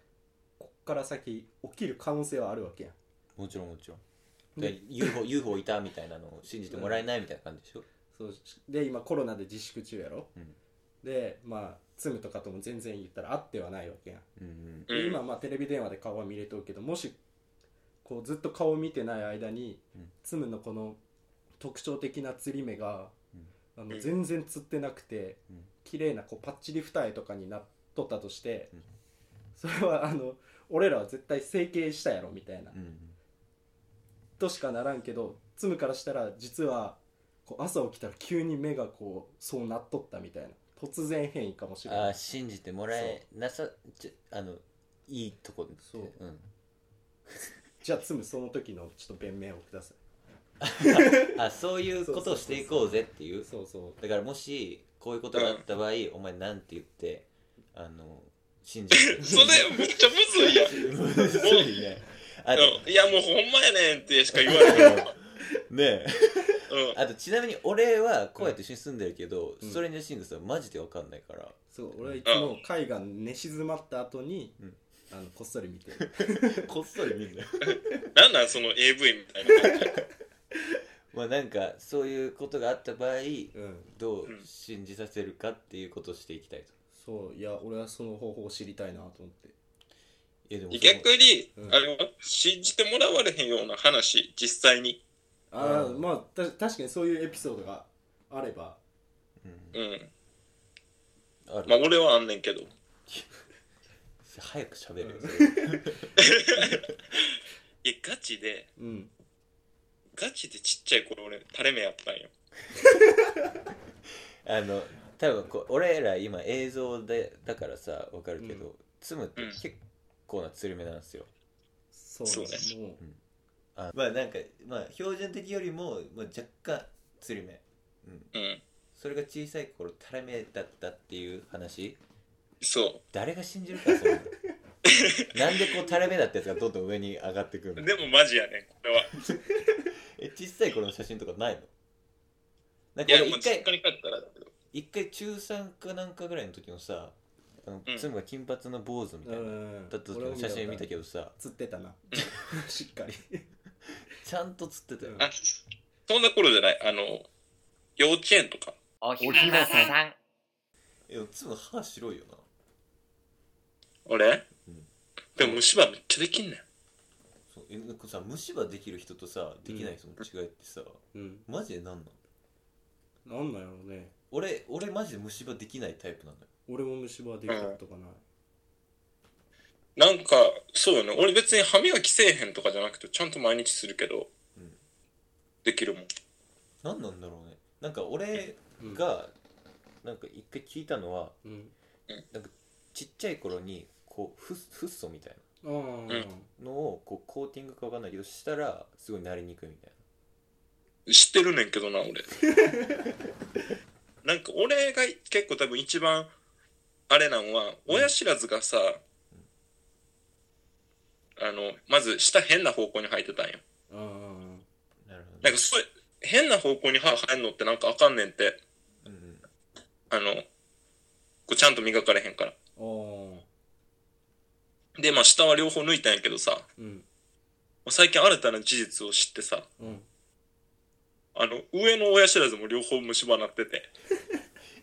Speaker 2: こっから先起きる可能性はあるわけやん。
Speaker 1: もちろんもちろん
Speaker 2: で
Speaker 1: で UFO, UFO いたみたいなのを信じてもらえないみたいな感じでしょ、
Speaker 2: そうで今コロナで自粛中やろ、
Speaker 1: うん
Speaker 2: でまあツムとかとも全然言ったら会ってはないわけやん、
Speaker 1: うんうん、
Speaker 3: うん
Speaker 2: で今まあテレビ電話で顔は見れとるけどもしこうずっと顔を見てない間に、
Speaker 1: うん
Speaker 2: ツムのこの特徴的な釣り目が、あ
Speaker 3: う
Speaker 2: の
Speaker 3: ん
Speaker 2: 全然釣ってなくて、
Speaker 1: うん
Speaker 2: 綺麗なこうパッチリ二重とかになっとったとして、
Speaker 1: うん
Speaker 2: それはあの俺らは絶対整形したやろみたいな、
Speaker 1: うんうん
Speaker 2: としかならんけどツムからしたら実はこう朝起きたら急に目がこうそうなっとったみたいな突然変異かもしれ
Speaker 1: あ
Speaker 2: な
Speaker 1: ー
Speaker 2: い
Speaker 1: 信じてもらえなさちょあのいいとこで、
Speaker 2: そうんじゃあつむその時のちょっと弁明をくださ
Speaker 1: あそういうことをしていこうぜってい
Speaker 2: いうそうそ
Speaker 1: だからもしこういうことがあった場合、お前なんて言ってあの信じる
Speaker 3: それめっちゃむずいやん
Speaker 1: むずいね あと
Speaker 3: うんいやもうほんまやねんってしか言われない、うん、
Speaker 1: ねえあとちなみに俺は荒野と一緒に住んでるけど、
Speaker 2: うん
Speaker 1: ストレンジャーシングスはマジで分かんないから、
Speaker 2: うそう俺はいつも海が寝静まった後に、
Speaker 1: うん
Speaker 2: あのこっそり 見てる
Speaker 1: こっそり見んな
Speaker 3: なんなんその AV みたいな感じ
Speaker 1: まあなんかそういうことがあった場合
Speaker 2: うん
Speaker 1: どう信じさせるかっていうことをしていきたいと
Speaker 2: そういや俺はその方法を知りたいなと思って
Speaker 1: いやでもその
Speaker 3: 逆に、
Speaker 2: うん
Speaker 3: あれは信じてもらわれへんような話実際に
Speaker 2: ああ、
Speaker 1: うん
Speaker 2: まあた確かにそういうエピソードがあれば
Speaker 1: うん
Speaker 3: うん
Speaker 1: ある
Speaker 3: まあ俺はあんねんけど
Speaker 1: 早く喋るよ、
Speaker 3: いやガチで
Speaker 2: うん
Speaker 3: ガチでちっちゃい頃俺垂れ目やったんよ
Speaker 1: あの多分こう俺ら今映像でだからさ分かるけど、
Speaker 2: う
Speaker 1: ツムって結構なつるめなんですよ
Speaker 2: そう
Speaker 3: そう
Speaker 2: もう
Speaker 1: あまあなんかまあ標準的よりも、まあ、若干つるめうん
Speaker 3: うん
Speaker 1: それが小さい頃垂れ目だったっていう話
Speaker 3: そ
Speaker 1: 誰が信じるかそんなの なんでこう垂れ目だったやつがどんどん上に上がってく
Speaker 3: う
Speaker 1: るの
Speaker 3: でもマジやねんこれは
Speaker 1: え小さい頃の写真とかないのなん
Speaker 3: い
Speaker 1: か
Speaker 3: や
Speaker 1: 俺
Speaker 3: もう
Speaker 1: 一
Speaker 3: 実
Speaker 1: 回
Speaker 3: 家に帰ったらだけど
Speaker 1: 一回中3かなんかぐらいの時のさあの、
Speaker 3: うん
Speaker 1: ツムが金髪の坊主みたいな、
Speaker 2: うん
Speaker 1: だった時の写真見たけどさ
Speaker 2: 釣ってたな しっかり
Speaker 1: ちゃんと写ってたよ
Speaker 2: うん
Speaker 3: あそんな頃じゃないあの幼稚園とか
Speaker 5: おひなさん。
Speaker 1: えでもツム歯白いよな
Speaker 3: 俺、
Speaker 1: うん
Speaker 3: でも虫歯めっちゃできんねん
Speaker 1: そうえなんかさ虫歯できる人とさできない人の違いってさ、
Speaker 2: うん
Speaker 1: マジでなんなの
Speaker 2: なんなんやろうね
Speaker 1: 俺俺マジで虫歯できないタイプなんだよ
Speaker 2: 俺も虫歯できたことがない、
Speaker 3: なんかそうよね俺別に歯磨きせえへんとかじゃなくてちゃんと毎日するけど、
Speaker 1: うん
Speaker 3: できるもん
Speaker 1: なんなんだろうねなんか俺
Speaker 2: うん、
Speaker 1: がなんか一回聞いたのは
Speaker 2: うん
Speaker 1: ちっちゃい頃にこうフッフッ素みたい
Speaker 2: ああ、うん
Speaker 1: なのをこうコーティングかわかんないけどしたらすごいなりにくいみたい
Speaker 3: 知ってるねんけどな俺なんか俺が結構多分一番あれなんは親知らずがさ、あのまず下変な方向に生えてたんよ
Speaker 2: うん
Speaker 1: ななるほ
Speaker 3: なんかそう変な方向に歯生えんのってなんかあかんねんって
Speaker 1: ど、うんうん、
Speaker 3: あのこうちゃんと磨かれへんから
Speaker 2: ああ
Speaker 3: でまあ下は両方抜いたんやけどさ
Speaker 2: うん
Speaker 3: 最近新たな事実を知ってさ
Speaker 2: うん
Speaker 3: あの上の親知らずも両方虫歯なってて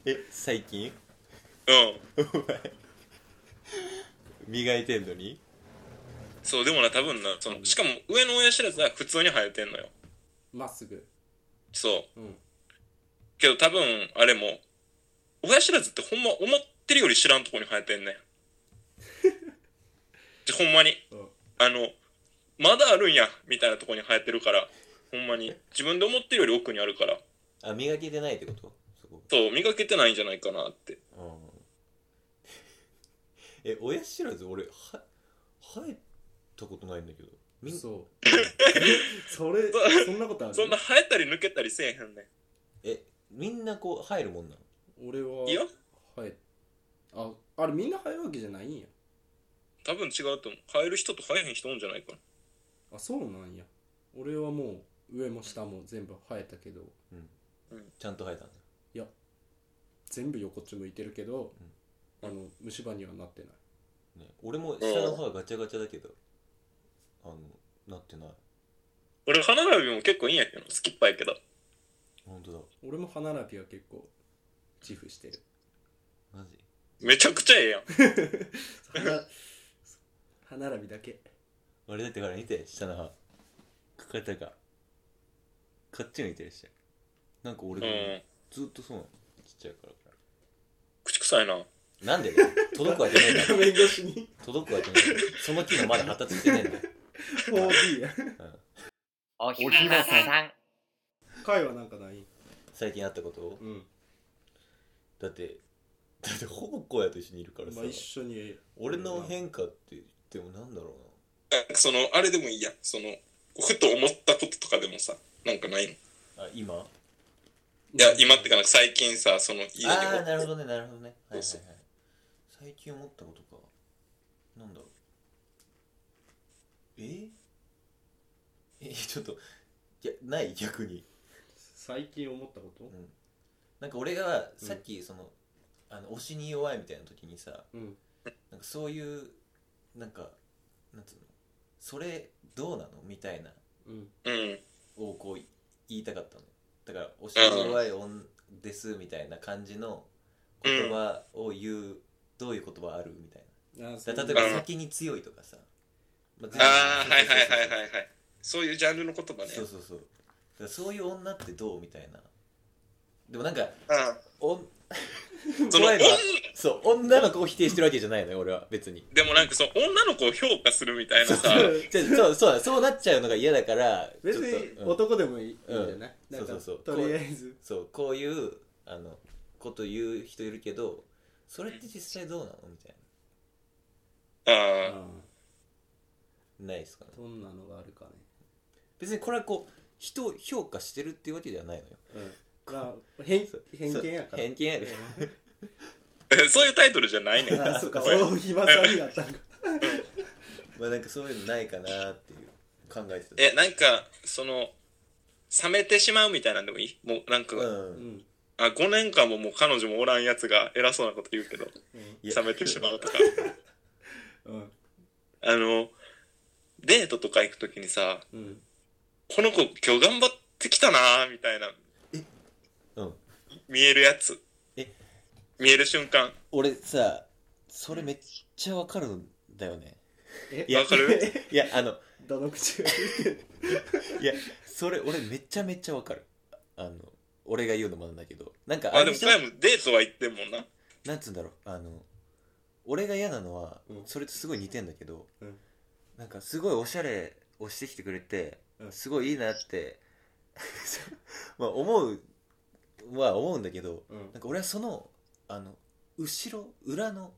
Speaker 1: え最近
Speaker 3: う
Speaker 1: お
Speaker 3: ん
Speaker 1: 前磨いてんのに
Speaker 3: そうでもな多分なそのしかも上の親知らずは普通に生えてんのよ
Speaker 2: まっすぐ
Speaker 3: そう
Speaker 2: うん
Speaker 3: けど多分あれも親知らずってほんま思ってるより知らんとこに生えてんねんでほんまに
Speaker 2: うん
Speaker 3: あのまだあるんやみたいなとこに生えてるからほんまに自分で思ってるより奥にあるから
Speaker 1: あ磨けてないってことそこ
Speaker 3: そう磨けてないんじゃないかなって
Speaker 1: うんえ親知らず俺は生えたことないんだけどみん
Speaker 2: そう それそんなことある
Speaker 3: そんな生えたり抜けたりせえへんね
Speaker 1: えみんなこう入るもんなの
Speaker 2: 俺ははい
Speaker 3: や
Speaker 2: いああれみんな生えるわけじゃないんや
Speaker 3: 多分違うと思う生える人と生えへん人おんじゃないかな
Speaker 2: あそうなんや俺はもう上も下も全部生えたけど
Speaker 1: ちゃんと生えたんだ
Speaker 2: 全部横っち向いてるけど、
Speaker 3: うん
Speaker 2: あの虫歯にはなってない
Speaker 1: ね、俺も下の歯ガチャガチャだけどあのなってない
Speaker 3: 俺歯並びも結構いいんやけど好きっぱいけど
Speaker 1: 本当だ
Speaker 2: 俺も歯並びは結構自負してる
Speaker 1: マジ
Speaker 3: めちゃくちゃええやん
Speaker 2: 歯な 歯並びだけ
Speaker 1: あれだってから見て下の歯かかたがかっちり似てるっしょなんか俺が、
Speaker 3: うん
Speaker 1: ずっとそうなのちっちゃいからか
Speaker 3: 口臭いな
Speaker 1: らなんでだよ届くわけねえだ
Speaker 2: 画
Speaker 1: ろ
Speaker 2: 面越しに
Speaker 1: 届くわけねえだろその機能まだ発達してねえんだよ
Speaker 2: 4D や
Speaker 5: おひなさん。
Speaker 2: 回はなんかない
Speaker 1: 最近あったことを
Speaker 2: うん
Speaker 1: だってだってほぼこうやと一緒にいるからさ
Speaker 2: まあ一緒に
Speaker 1: 俺の変化ってでもなんだろ
Speaker 3: そのあれでもいいやそのふと思ったこととかでもさなんかないのいう
Speaker 1: なあ今あ
Speaker 3: や今ってかなんか最近さその家に
Speaker 1: あーなるほどねなるほどねはいはいはい
Speaker 3: そうそ
Speaker 1: 最近思ったことかなんだろうええちょっといやない逆に
Speaker 2: 最近思ったこと
Speaker 1: うんなんか俺がさっきその,、あの推しに弱いみたいな時にさ
Speaker 2: うん
Speaker 1: なんかそういうなんかなんつうのそれどうなのみたいな
Speaker 2: うん
Speaker 3: うん
Speaker 1: をこう言いたかったのよだから「推しに弱い女です」みたいな感じの言葉を言う、どういう言葉あるみたい
Speaker 2: あ
Speaker 1: なだ
Speaker 2: そう
Speaker 1: 例えば
Speaker 3: うん
Speaker 1: 「先に強い」とかさ、ま
Speaker 3: ああはいはいはいはいはいそういうジャンルの言葉ね
Speaker 1: そうそうそうだからそういう女ってどうみたいなでもなんか
Speaker 3: う
Speaker 1: おん
Speaker 3: んその
Speaker 1: 怖い
Speaker 3: 女
Speaker 1: わそう女の子を否定してるわけじゃないのよ俺は別に
Speaker 3: でもなんかその女の子を評価するみたい なさ
Speaker 1: じゃそうそうだそうなっちゃうのが嫌だから
Speaker 2: 別
Speaker 1: ち
Speaker 2: に
Speaker 1: ょっとうん
Speaker 2: 男でもいい,、
Speaker 1: うん
Speaker 2: んじゃないなんか
Speaker 1: そうそうそう
Speaker 2: とりあえず
Speaker 1: そうこういうあのこと言う人いるけどそれって実際どうなのみたい
Speaker 3: ああ
Speaker 2: うん
Speaker 1: なないですかね
Speaker 2: どんなのがあるかね
Speaker 1: 別にこれはこう人を評価してるっていうわけではないのよ
Speaker 2: うんまあ偏偏見や
Speaker 1: そ
Speaker 2: から
Speaker 1: う偏見やで
Speaker 3: そういうタイトルじゃない ねん
Speaker 2: あそうかそう暇さになったんか
Speaker 1: まあなんかそういうのないかなっていう考えてた
Speaker 3: えなんかその冷めてしまうみたいなんでもいいもうなんか、
Speaker 1: うん、
Speaker 2: うん
Speaker 3: あ5年間ももう彼女もおらんやつが偉そうなこと言うけど
Speaker 2: う
Speaker 1: いや
Speaker 3: 冷めてしまうとか
Speaker 2: ん
Speaker 3: あのデートとか行く時にさ
Speaker 2: うん
Speaker 3: この子今日頑張ってきたなーみたいな
Speaker 1: うん
Speaker 3: 見えるやつ
Speaker 1: え
Speaker 3: 見える瞬間
Speaker 1: 俺さそれめっちゃわかるんだよね
Speaker 2: え
Speaker 1: いや
Speaker 3: わ かる
Speaker 1: いやあの
Speaker 2: どの口が言って
Speaker 1: いやそれ俺めちゃめちゃわかるあの俺が言うのもなんだけどなんか
Speaker 3: あ
Speaker 1: れ
Speaker 3: でも
Speaker 1: でしょ
Speaker 3: タイもデートは行ってんもんな
Speaker 1: なんつうんだろうあの俺が嫌なのは、
Speaker 2: うん
Speaker 1: それとすごい似てんだけど、
Speaker 2: うん
Speaker 1: なんかすごいおしゃれをしてきてくれて、
Speaker 2: うん
Speaker 1: すごいいいなって まあ思うは思うんだけど
Speaker 2: うん
Speaker 1: なんか俺はそのあの後ろ裏の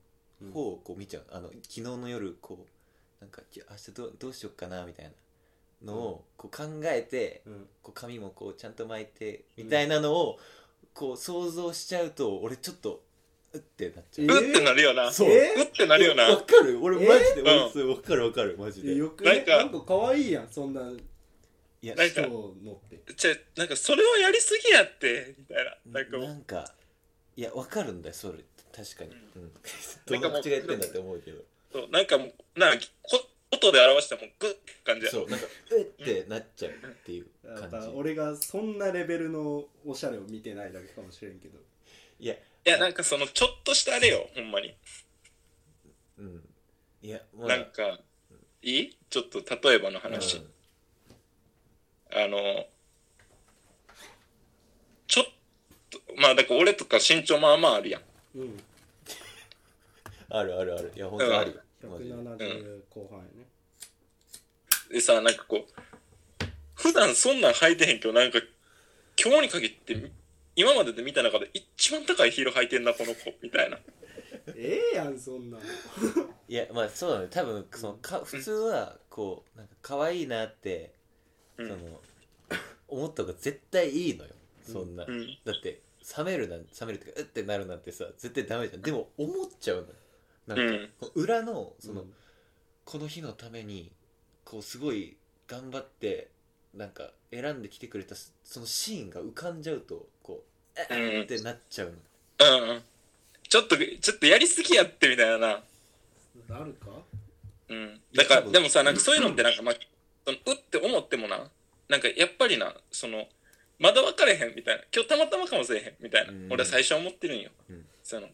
Speaker 1: 方をこう見ちゃう、あの昨日の夜こうなんかき明日どうどうしよっかなみたいなのをこう考えて、
Speaker 2: うん
Speaker 1: こう髪もこうちゃんと巻いてみたいなのをこう想像しちゃうと俺ちょっとうってなっちゃう
Speaker 2: え
Speaker 3: うってなるよなう
Speaker 1: そう
Speaker 2: え
Speaker 3: ってなるよな
Speaker 1: わかる俺マジで
Speaker 3: え
Speaker 1: 俺それわかるわかるマジで
Speaker 2: え
Speaker 1: い
Speaker 2: よくね
Speaker 3: なんか
Speaker 2: なんか可愛いやんそんな
Speaker 1: や
Speaker 3: なん
Speaker 2: 人
Speaker 3: か
Speaker 2: のって
Speaker 3: じゃなんかそれはやりすぎやってみたいななんかもう
Speaker 1: なんかいやわかるんだよそれ確かにうん
Speaker 3: な
Speaker 1: ど
Speaker 3: ん
Speaker 1: ん
Speaker 3: か
Speaker 1: な
Speaker 3: もう
Speaker 1: 口が言ってんだって思うけど
Speaker 3: そうなんかもうなんかこ音で表したらもうグッって感じや
Speaker 1: そうなんかうってなっちゃうっていう
Speaker 2: やっ
Speaker 1: 感
Speaker 2: ぱ
Speaker 1: じ
Speaker 2: 俺がそんなレベルのおしゃれを見てないだけかもしれんけど
Speaker 1: いや
Speaker 3: いやなんかそのちょっとしたあれよほんまに
Speaker 1: うんいやもう
Speaker 3: なんかいいちょっと例えばの
Speaker 1: うん
Speaker 3: 話、あのちょっとまあだから俺とか身長まあまああるやん
Speaker 2: うん
Speaker 1: あるあるあるいや本当あるマジで
Speaker 2: 170後半やね
Speaker 3: でさなんかこう普段そんなん履いてへんけどなんか今日に限って今までで見た中で一番高いヒール履いてんなこの子みたいな
Speaker 2: ええやんそんなん
Speaker 1: いやまあそうだね多分そのか普通はこうなんか可愛いなって、
Speaker 3: うん
Speaker 1: その 思った方が絶対いいのよそんな、
Speaker 3: うん
Speaker 1: だって冷めるなん冷めるってかうってなるなんてさ絶対ダメじゃんでも思っちゃうの
Speaker 3: う
Speaker 1: よなんか、
Speaker 3: ん
Speaker 1: こう裏のその、
Speaker 2: うん
Speaker 1: この日のためにこうすごい頑張ってなんか選んできてくれたそそのシーンが浮かんじゃうとこうえ
Speaker 3: うん
Speaker 1: っってなっちゃうの
Speaker 3: うんうんちょっとちょっとやりすぎやってみたいな
Speaker 2: なるか
Speaker 3: うんだ
Speaker 1: いや多
Speaker 3: から
Speaker 1: 分
Speaker 3: でもさなんかそういうのってなんかまあそのうって思ってもななんかやっぱりなそのまだ分かれへんみたいな今日たまたまかもしれへんみたいな
Speaker 1: うん
Speaker 3: 俺は最初は思ってるんよ、
Speaker 1: うん
Speaker 3: その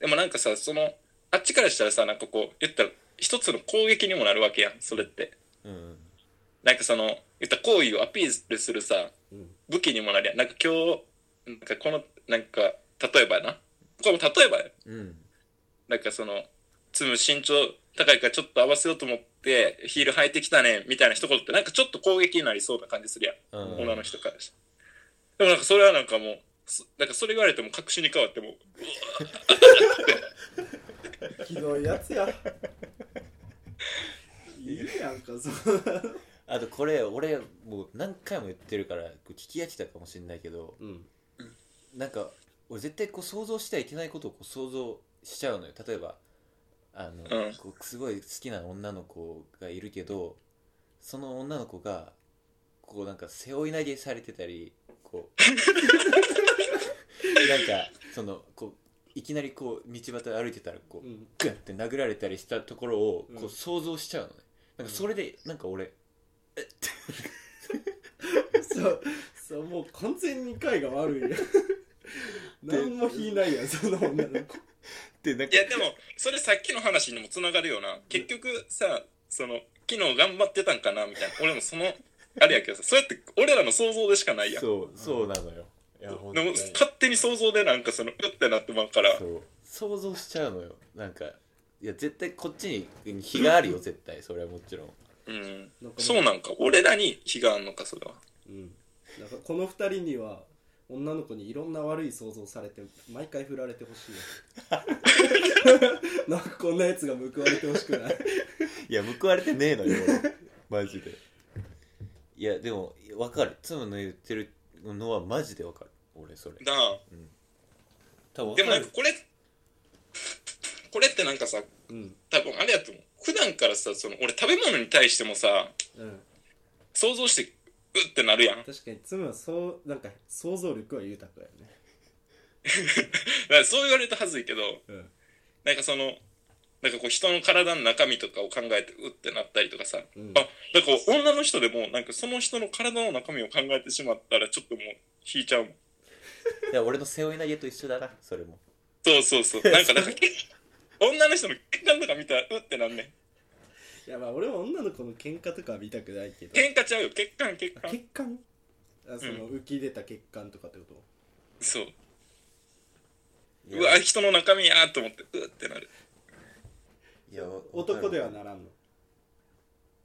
Speaker 3: でもなんかさそのあっちからしたらさなんかこう言ったら一つの攻撃にもなるわけやんそれって
Speaker 1: うん
Speaker 3: なんかその言ったら好意をアピールするさ
Speaker 2: うん
Speaker 3: 武器にもなるやんなんか今日なんかこのなんか例えばやなこれも例えばよ
Speaker 1: うん
Speaker 3: なんかその、つむ身長高いからちょっと合わせようと思って、ヒール履いてきたね、みたいな一言って、なんかちょっと攻撃になりそうな感じするやん。
Speaker 1: うん
Speaker 3: 女の人からして。でもなんかそれはなんかもう、そなんかそれ言われても確信に変わってもう、
Speaker 2: ひどいやつやいいやんかそ
Speaker 1: あとこれ俺もう何回も言ってるからこう聞き飽きたかもしれないけど
Speaker 2: う、うん、
Speaker 1: なんか俺絶対こう想像してはいけないことをこう想像しちゃうのよ例えばあの、
Speaker 3: うん
Speaker 1: こうすごい好きな女の子がいるけどその女の子がこうなんか背負い投げされてたりこうなんかそのこういきなりこう道端歩いてたらこう
Speaker 2: うん、
Speaker 1: グッて殴られたりしたところを
Speaker 2: うん
Speaker 1: こう想像しちゃうのね、なんかそれでなんか俺
Speaker 2: そうそうもう完全に回が悪い やん何も引いないやんその女の子
Speaker 1: でなん
Speaker 3: いやでも それさっきの話にもつながるよな結局さその昨日頑張ってたんかなみたいな俺もそのあれやけどさそうやって俺らの想像でしかないやんで
Speaker 1: そうそうなのよいや
Speaker 3: も
Speaker 1: 本当に
Speaker 3: 勝手に想像でなんかそのうってなってまうから
Speaker 1: そう想像しちゃうのよなんかいや絶対こっちに日があるよ絶対それはもちろん
Speaker 3: うん
Speaker 2: なんかも
Speaker 3: そうなんか俺らに非があんのかそれは
Speaker 2: うん、なんかこの二人には女の子にいろんな悪い想像されて毎回振られてほしいよ なんかこんなやつが報われてほしくない
Speaker 1: いや報われてねえのよ俺マジでいやでも分かる妻の言ってるのはマジで分かる俺それ
Speaker 3: なあ
Speaker 1: 多分
Speaker 3: で
Speaker 1: 分
Speaker 3: も
Speaker 1: か
Speaker 3: なんか
Speaker 1: る
Speaker 3: これこれってなんかさ
Speaker 2: うん
Speaker 3: 多分あれやと思う普段からさその俺食べ物に対してもさ
Speaker 2: うん
Speaker 3: 想像してうってなるやんだか
Speaker 2: 確かに妻はそうなんか想像力は豊かやね
Speaker 3: らそう言われるとはずいけど
Speaker 2: うん
Speaker 3: なんかそのなんかこう人の体の中身とかを考えてうってなったりとかさ、
Speaker 2: うん
Speaker 3: あなんか女の人でもなんかその人の体の中身を考えてしまったらちょっともう引いちゃうもん
Speaker 1: いや俺の背負い投げと一緒だなそれも
Speaker 3: そうそうそうなんかなんか 女の人の喧嘩とか見たらうってなんねん
Speaker 2: いやまあ俺は女の子の喧嘩とかは見たくないけど
Speaker 3: 喧嘩ちゃうよ血管血
Speaker 2: あ
Speaker 3: 管
Speaker 2: 血管あその浮き出た血管とかってこと
Speaker 3: そう
Speaker 1: いう
Speaker 3: わ人の中身やーと思ってうってなる
Speaker 1: いや
Speaker 2: 男では
Speaker 1: な
Speaker 2: ならんの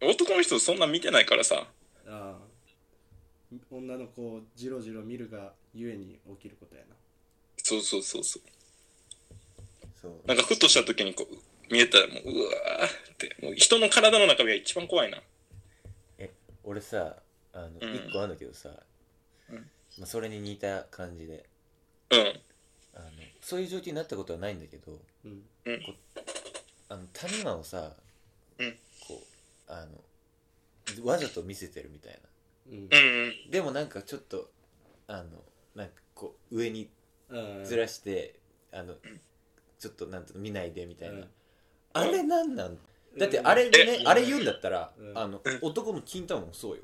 Speaker 3: 男の人そんな見てないからさ
Speaker 2: ああ女の子をジロジロ見るがゆえに起きることやな
Speaker 3: そうそうそうそう
Speaker 1: そう
Speaker 3: なんかふとした時にこう見えたらもううわーってもう人の体の中身が一番怖いな
Speaker 1: 俺さあの、
Speaker 3: うん
Speaker 1: 一個あるんだけどさ、
Speaker 3: うん
Speaker 1: まあ、それに似た感じで
Speaker 3: うん
Speaker 1: あのそういう状況になったことはないんだけど
Speaker 2: うん
Speaker 1: あの谷間をさ、
Speaker 3: うん
Speaker 1: こうあのわざと見せてるみたい
Speaker 2: うん
Speaker 3: うんうん
Speaker 1: なでもなんかちょっとあのなんかこう上に
Speaker 2: うん
Speaker 1: ずらして、あのちょっとなんていうの見ないでみたいな、
Speaker 2: うん
Speaker 1: あれなんなんだって
Speaker 2: うん
Speaker 1: あれでね、
Speaker 2: え
Speaker 1: あれ言うんだったら、
Speaker 2: うん
Speaker 1: あの男の金玉もそうよ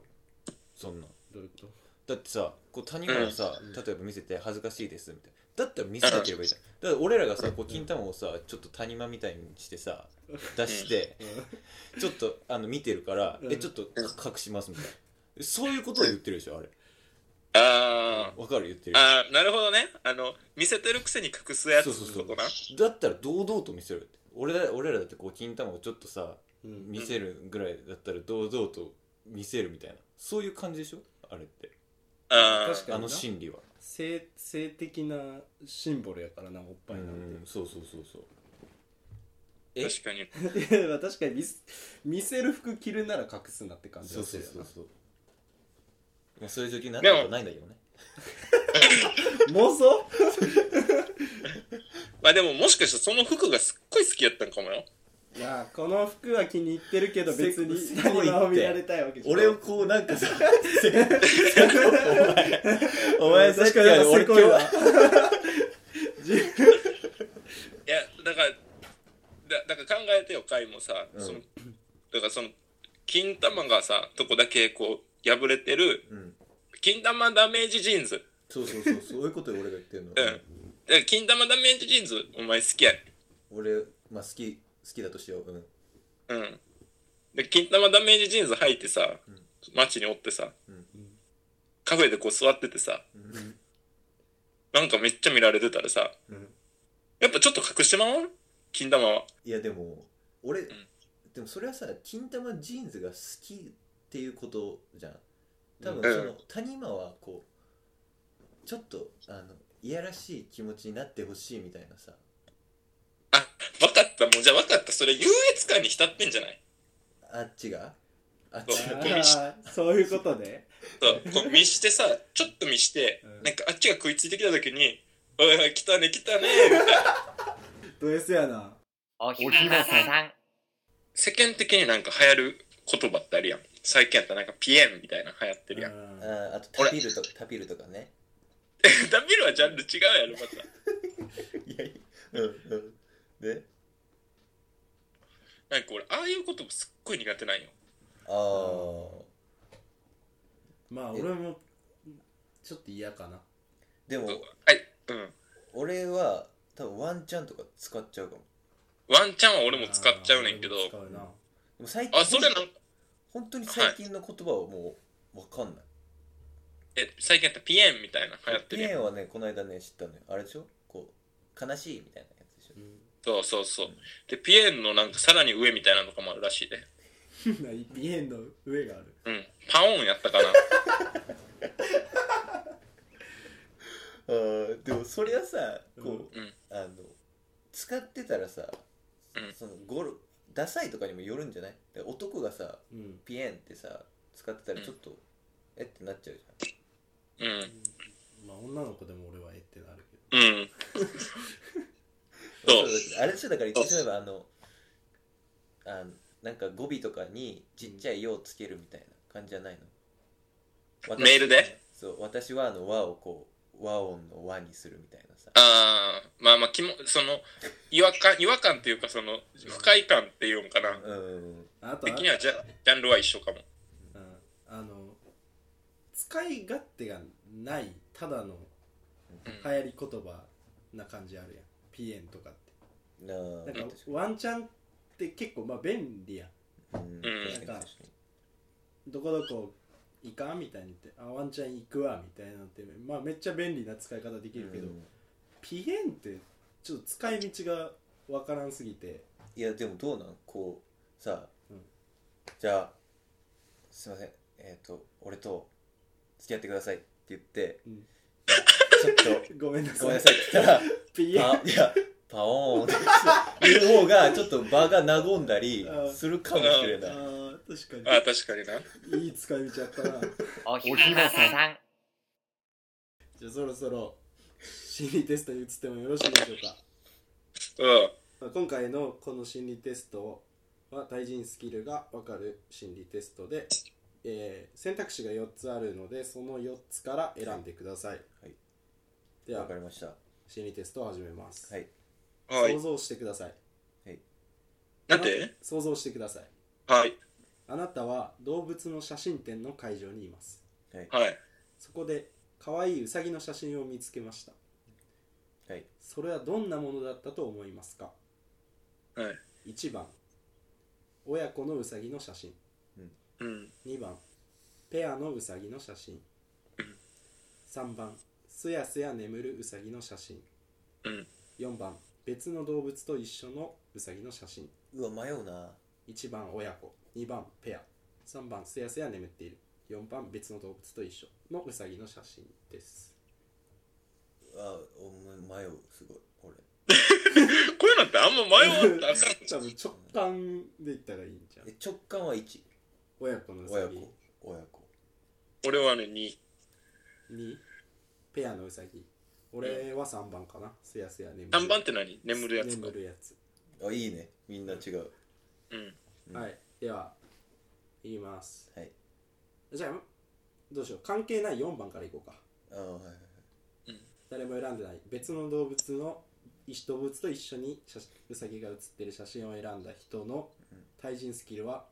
Speaker 1: そんなん
Speaker 2: どういうこと
Speaker 1: だってさこう谷間をさ、
Speaker 2: うん
Speaker 1: 例えば見せて恥ずかしいですみたいなだったら見せなければいいじゃんだから俺らがさこう金玉をさちょっと谷間みたいにしてさ出して、ちょっとあの見てるから、
Speaker 2: うん
Speaker 1: えちょっと隠しますみたいなそういうことを言ってるでしょあれ
Speaker 3: あー
Speaker 1: わかる言ってる
Speaker 3: あーなるほどねあの見せてるくせに隠すや
Speaker 1: そ
Speaker 3: つ
Speaker 1: う
Speaker 3: って
Speaker 1: そう
Speaker 3: こ
Speaker 1: そう
Speaker 3: とな
Speaker 1: だったら堂々と見せるって俺ら俺らだってこう金玉をちょっとさ
Speaker 2: うん
Speaker 1: 見せるぐらいだったら堂々と見せるみたいなそういう感じでしょあれって
Speaker 3: あ
Speaker 2: 確
Speaker 3: ー
Speaker 2: かに
Speaker 1: あの心理は
Speaker 2: 性性的なシンボルやからなおっぱいなん
Speaker 1: うんそうそうそうそうえ
Speaker 3: 確かに
Speaker 2: て、いやまあ 確かに見せ見せる服着るなら隠すなって感じ
Speaker 1: そう
Speaker 2: はす
Speaker 1: そう
Speaker 2: るよ
Speaker 1: そう
Speaker 2: な
Speaker 1: そうまあそういう状況になったことはないんだけどね
Speaker 2: 妄想
Speaker 3: まあでももしかしたらその服がすっごい好きやったんかもよ
Speaker 2: いやこの服は気に入ってるけど別
Speaker 1: せ
Speaker 2: に
Speaker 1: せこいって
Speaker 2: 何を見られたいわけじゃない
Speaker 1: 俺をこうなん かさ お前お
Speaker 2: お
Speaker 1: 前
Speaker 2: 前
Speaker 1: さっ
Speaker 2: 確
Speaker 1: き
Speaker 2: かに
Speaker 1: から俺今
Speaker 2: せこいわ
Speaker 1: 日
Speaker 3: いやだからだだから考えてよ回もさ、
Speaker 1: うん
Speaker 3: そのだからその金玉がさとこだけこう破れてる
Speaker 1: うん
Speaker 3: 金玉ダメージジーンズ
Speaker 1: そうそうそうそういうことよ俺が言ってるの
Speaker 3: うんだから金玉ダメージジーンズお前好きや
Speaker 1: 俺まあ好き好きだとしよううん
Speaker 3: うんで金玉ダメージジーンズ履いてさ、
Speaker 1: ん
Speaker 3: 街におってさ、
Speaker 1: うん
Speaker 3: カフェでこう座っててさ、
Speaker 1: うん
Speaker 3: なんかめっちゃ見られてたらさ、
Speaker 1: うん
Speaker 3: やっぱちょっと隠してまおう金玉はい
Speaker 1: やでも俺、
Speaker 3: ん
Speaker 1: でもそれはさ金玉ジーンズが好きっていうことじゃん多分
Speaker 3: うん
Speaker 1: その、谷間はこうちょっとあのいやらしい気持ちになってほしいみたいなさ
Speaker 3: 分かったもうじゃあ分かったそれ優越感に浸ってんじゃない
Speaker 1: あっちがあっ
Speaker 3: そう
Speaker 1: ちが
Speaker 3: ゴミし
Speaker 2: あーそういうことね
Speaker 3: そうこう見してさちょっと見して、
Speaker 2: うん
Speaker 3: なんかあっちが食いついてきた時に「おいおい来たね来たね」みたいな
Speaker 2: ド S やな
Speaker 5: おひなさん。
Speaker 3: 世間的になんか流行る言葉ってあるやん最近やったらなんかピエンみたいなの流行ってるやん、
Speaker 2: うん
Speaker 1: ああとタピルとかタピルとかね
Speaker 3: ダビルはジャンル違うやろまた
Speaker 1: いやいやうんうんで
Speaker 3: なんか俺ああいう言葉すっごい苦手なんよ
Speaker 1: ああ
Speaker 2: まあ
Speaker 1: え
Speaker 2: 俺もちょっと嫌かな
Speaker 1: でも
Speaker 3: はいうん
Speaker 1: 俺は多分ワンチャンとか使っちゃうかも
Speaker 3: ワンチャンは俺も使っちゃうねんけど
Speaker 2: あー使うな
Speaker 1: でも最近
Speaker 3: あそれなん
Speaker 1: 本当に最近の言葉はもうわかんない
Speaker 3: え最近やったらピエンみたいなの流行って
Speaker 1: ピ
Speaker 3: るやん
Speaker 1: エンはねこの間ね知ったのよあれでしょこう悲しいみたいなやつでしょ
Speaker 2: う
Speaker 3: そうそうそうでピエンのなんかさらに上みたいなのとかもあるらしいで
Speaker 2: ん何鼻炎の上がある
Speaker 3: うんパオンやったかな
Speaker 1: あーでもそれはさこう、
Speaker 3: うん
Speaker 1: あの使ってたらさ、
Speaker 3: うん
Speaker 1: そのゴルダサいとかにもよるんじゃないで男がさ
Speaker 2: うん
Speaker 1: ピエンってさ使ってたらちょっと、えってなっちゃうじ
Speaker 3: うん
Speaker 2: まあ女の子でも俺はえってなるけ ど
Speaker 3: うん
Speaker 1: ゃん
Speaker 3: そう
Speaker 1: あれでしょだから言ってしまえばあのあのなんか語尾とかにちっちゃい「よ」をつけるみたいな感じじゃないの私
Speaker 3: メールで
Speaker 1: そう私はあの「和」をこう和音の「和」にするみたいなさ
Speaker 3: ああまあまあきもその違和感違和感っていうかその不快感っていうのかな
Speaker 1: うん
Speaker 2: あとあ
Speaker 3: 的にはジャジャンルは一緒かも
Speaker 2: うんあの使い勝手がないただの
Speaker 3: う
Speaker 2: 流
Speaker 3: ん
Speaker 2: 行り言葉な感じあるやんピエンとかって
Speaker 1: なあ
Speaker 2: なん
Speaker 1: 確
Speaker 2: か
Speaker 1: か
Speaker 2: ワンチャンって結構まあ便利やん
Speaker 1: にうん
Speaker 3: うん
Speaker 1: 確かに確かに
Speaker 2: どこどこ行かんみたいに言ってあワンチャン行くわみたいなのってまあめっちゃ便利な使い方できるけど、
Speaker 1: うん
Speaker 2: ピエンってちょっと使い道がわからんすぎて
Speaker 1: いやでもどうなんこうさ、
Speaker 2: うん
Speaker 1: じゃあすいませんえっ、と俺と付き合ってくださいって言って、
Speaker 2: うん
Speaker 1: ちょっ
Speaker 2: ごめんな
Speaker 1: とごめ
Speaker 2: さ
Speaker 1: んな
Speaker 2: い
Speaker 1: さいって言ったら
Speaker 2: ピエン
Speaker 1: パいやパオーンって言う方がちょっと場が和んだりするかもしれない、
Speaker 2: あー確
Speaker 3: ああ
Speaker 2: か
Speaker 3: 確かにな
Speaker 2: にいい使い道あっ たな
Speaker 5: おひなさん。
Speaker 2: じゃあそろそろ心理テストに移ってもよろしいでしょうか
Speaker 3: うん
Speaker 2: まあ今回のこの心理テストは対人スキルが分かる心理テストで、えー選択肢が4つあるのでその4つから選んでください、
Speaker 1: はい
Speaker 2: で
Speaker 1: わ
Speaker 2: は
Speaker 1: かりました
Speaker 2: 心理テストを始めます、
Speaker 1: はい
Speaker 3: はい
Speaker 2: 想像してください
Speaker 3: なんで
Speaker 2: 想像してください
Speaker 3: はい
Speaker 2: あなたは動物の写真展の会場にいます
Speaker 3: はい
Speaker 2: そこで可愛いウサギの写真を見つけました
Speaker 1: はい
Speaker 2: それはどんなものだったと思いますか
Speaker 3: はい
Speaker 2: 1番親子のウサギの写真
Speaker 3: うん
Speaker 2: 2番ペアのウサギの写真
Speaker 3: うん
Speaker 2: 3番すやすや眠るウサギの写真
Speaker 3: うん
Speaker 2: 4番別の動物と一緒のウサギの写真
Speaker 1: うわ迷うな
Speaker 2: 1番親子2番ペア3番すやすや眠っている4番別の動物と一緒のウサギの写真です
Speaker 1: あお前迷うすごい俺
Speaker 3: こういうのってあんま迷わんと あかんのちゃ
Speaker 2: 多
Speaker 3: う
Speaker 2: 分直感で言ったらいいんじゃん
Speaker 1: え直感は1
Speaker 2: 親子のウ
Speaker 1: 親
Speaker 2: サギ
Speaker 1: 子親子
Speaker 3: 俺はね2
Speaker 2: 2ペアのウサギ俺は3番かなすやすや眠る
Speaker 3: 3番って何眠るやつか
Speaker 2: 眠るやつ
Speaker 1: あいいねみんな違う
Speaker 3: うん
Speaker 1: うん
Speaker 2: はいでは言います
Speaker 1: はい
Speaker 2: じゃあどうしよう関係ない4番からいこうか
Speaker 1: あはいはいはい
Speaker 2: 誰も選んでない別の動物の一動物と一緒に写真ウサギが写ってる写真を選んだ人の
Speaker 1: うん
Speaker 2: 対人スキルは、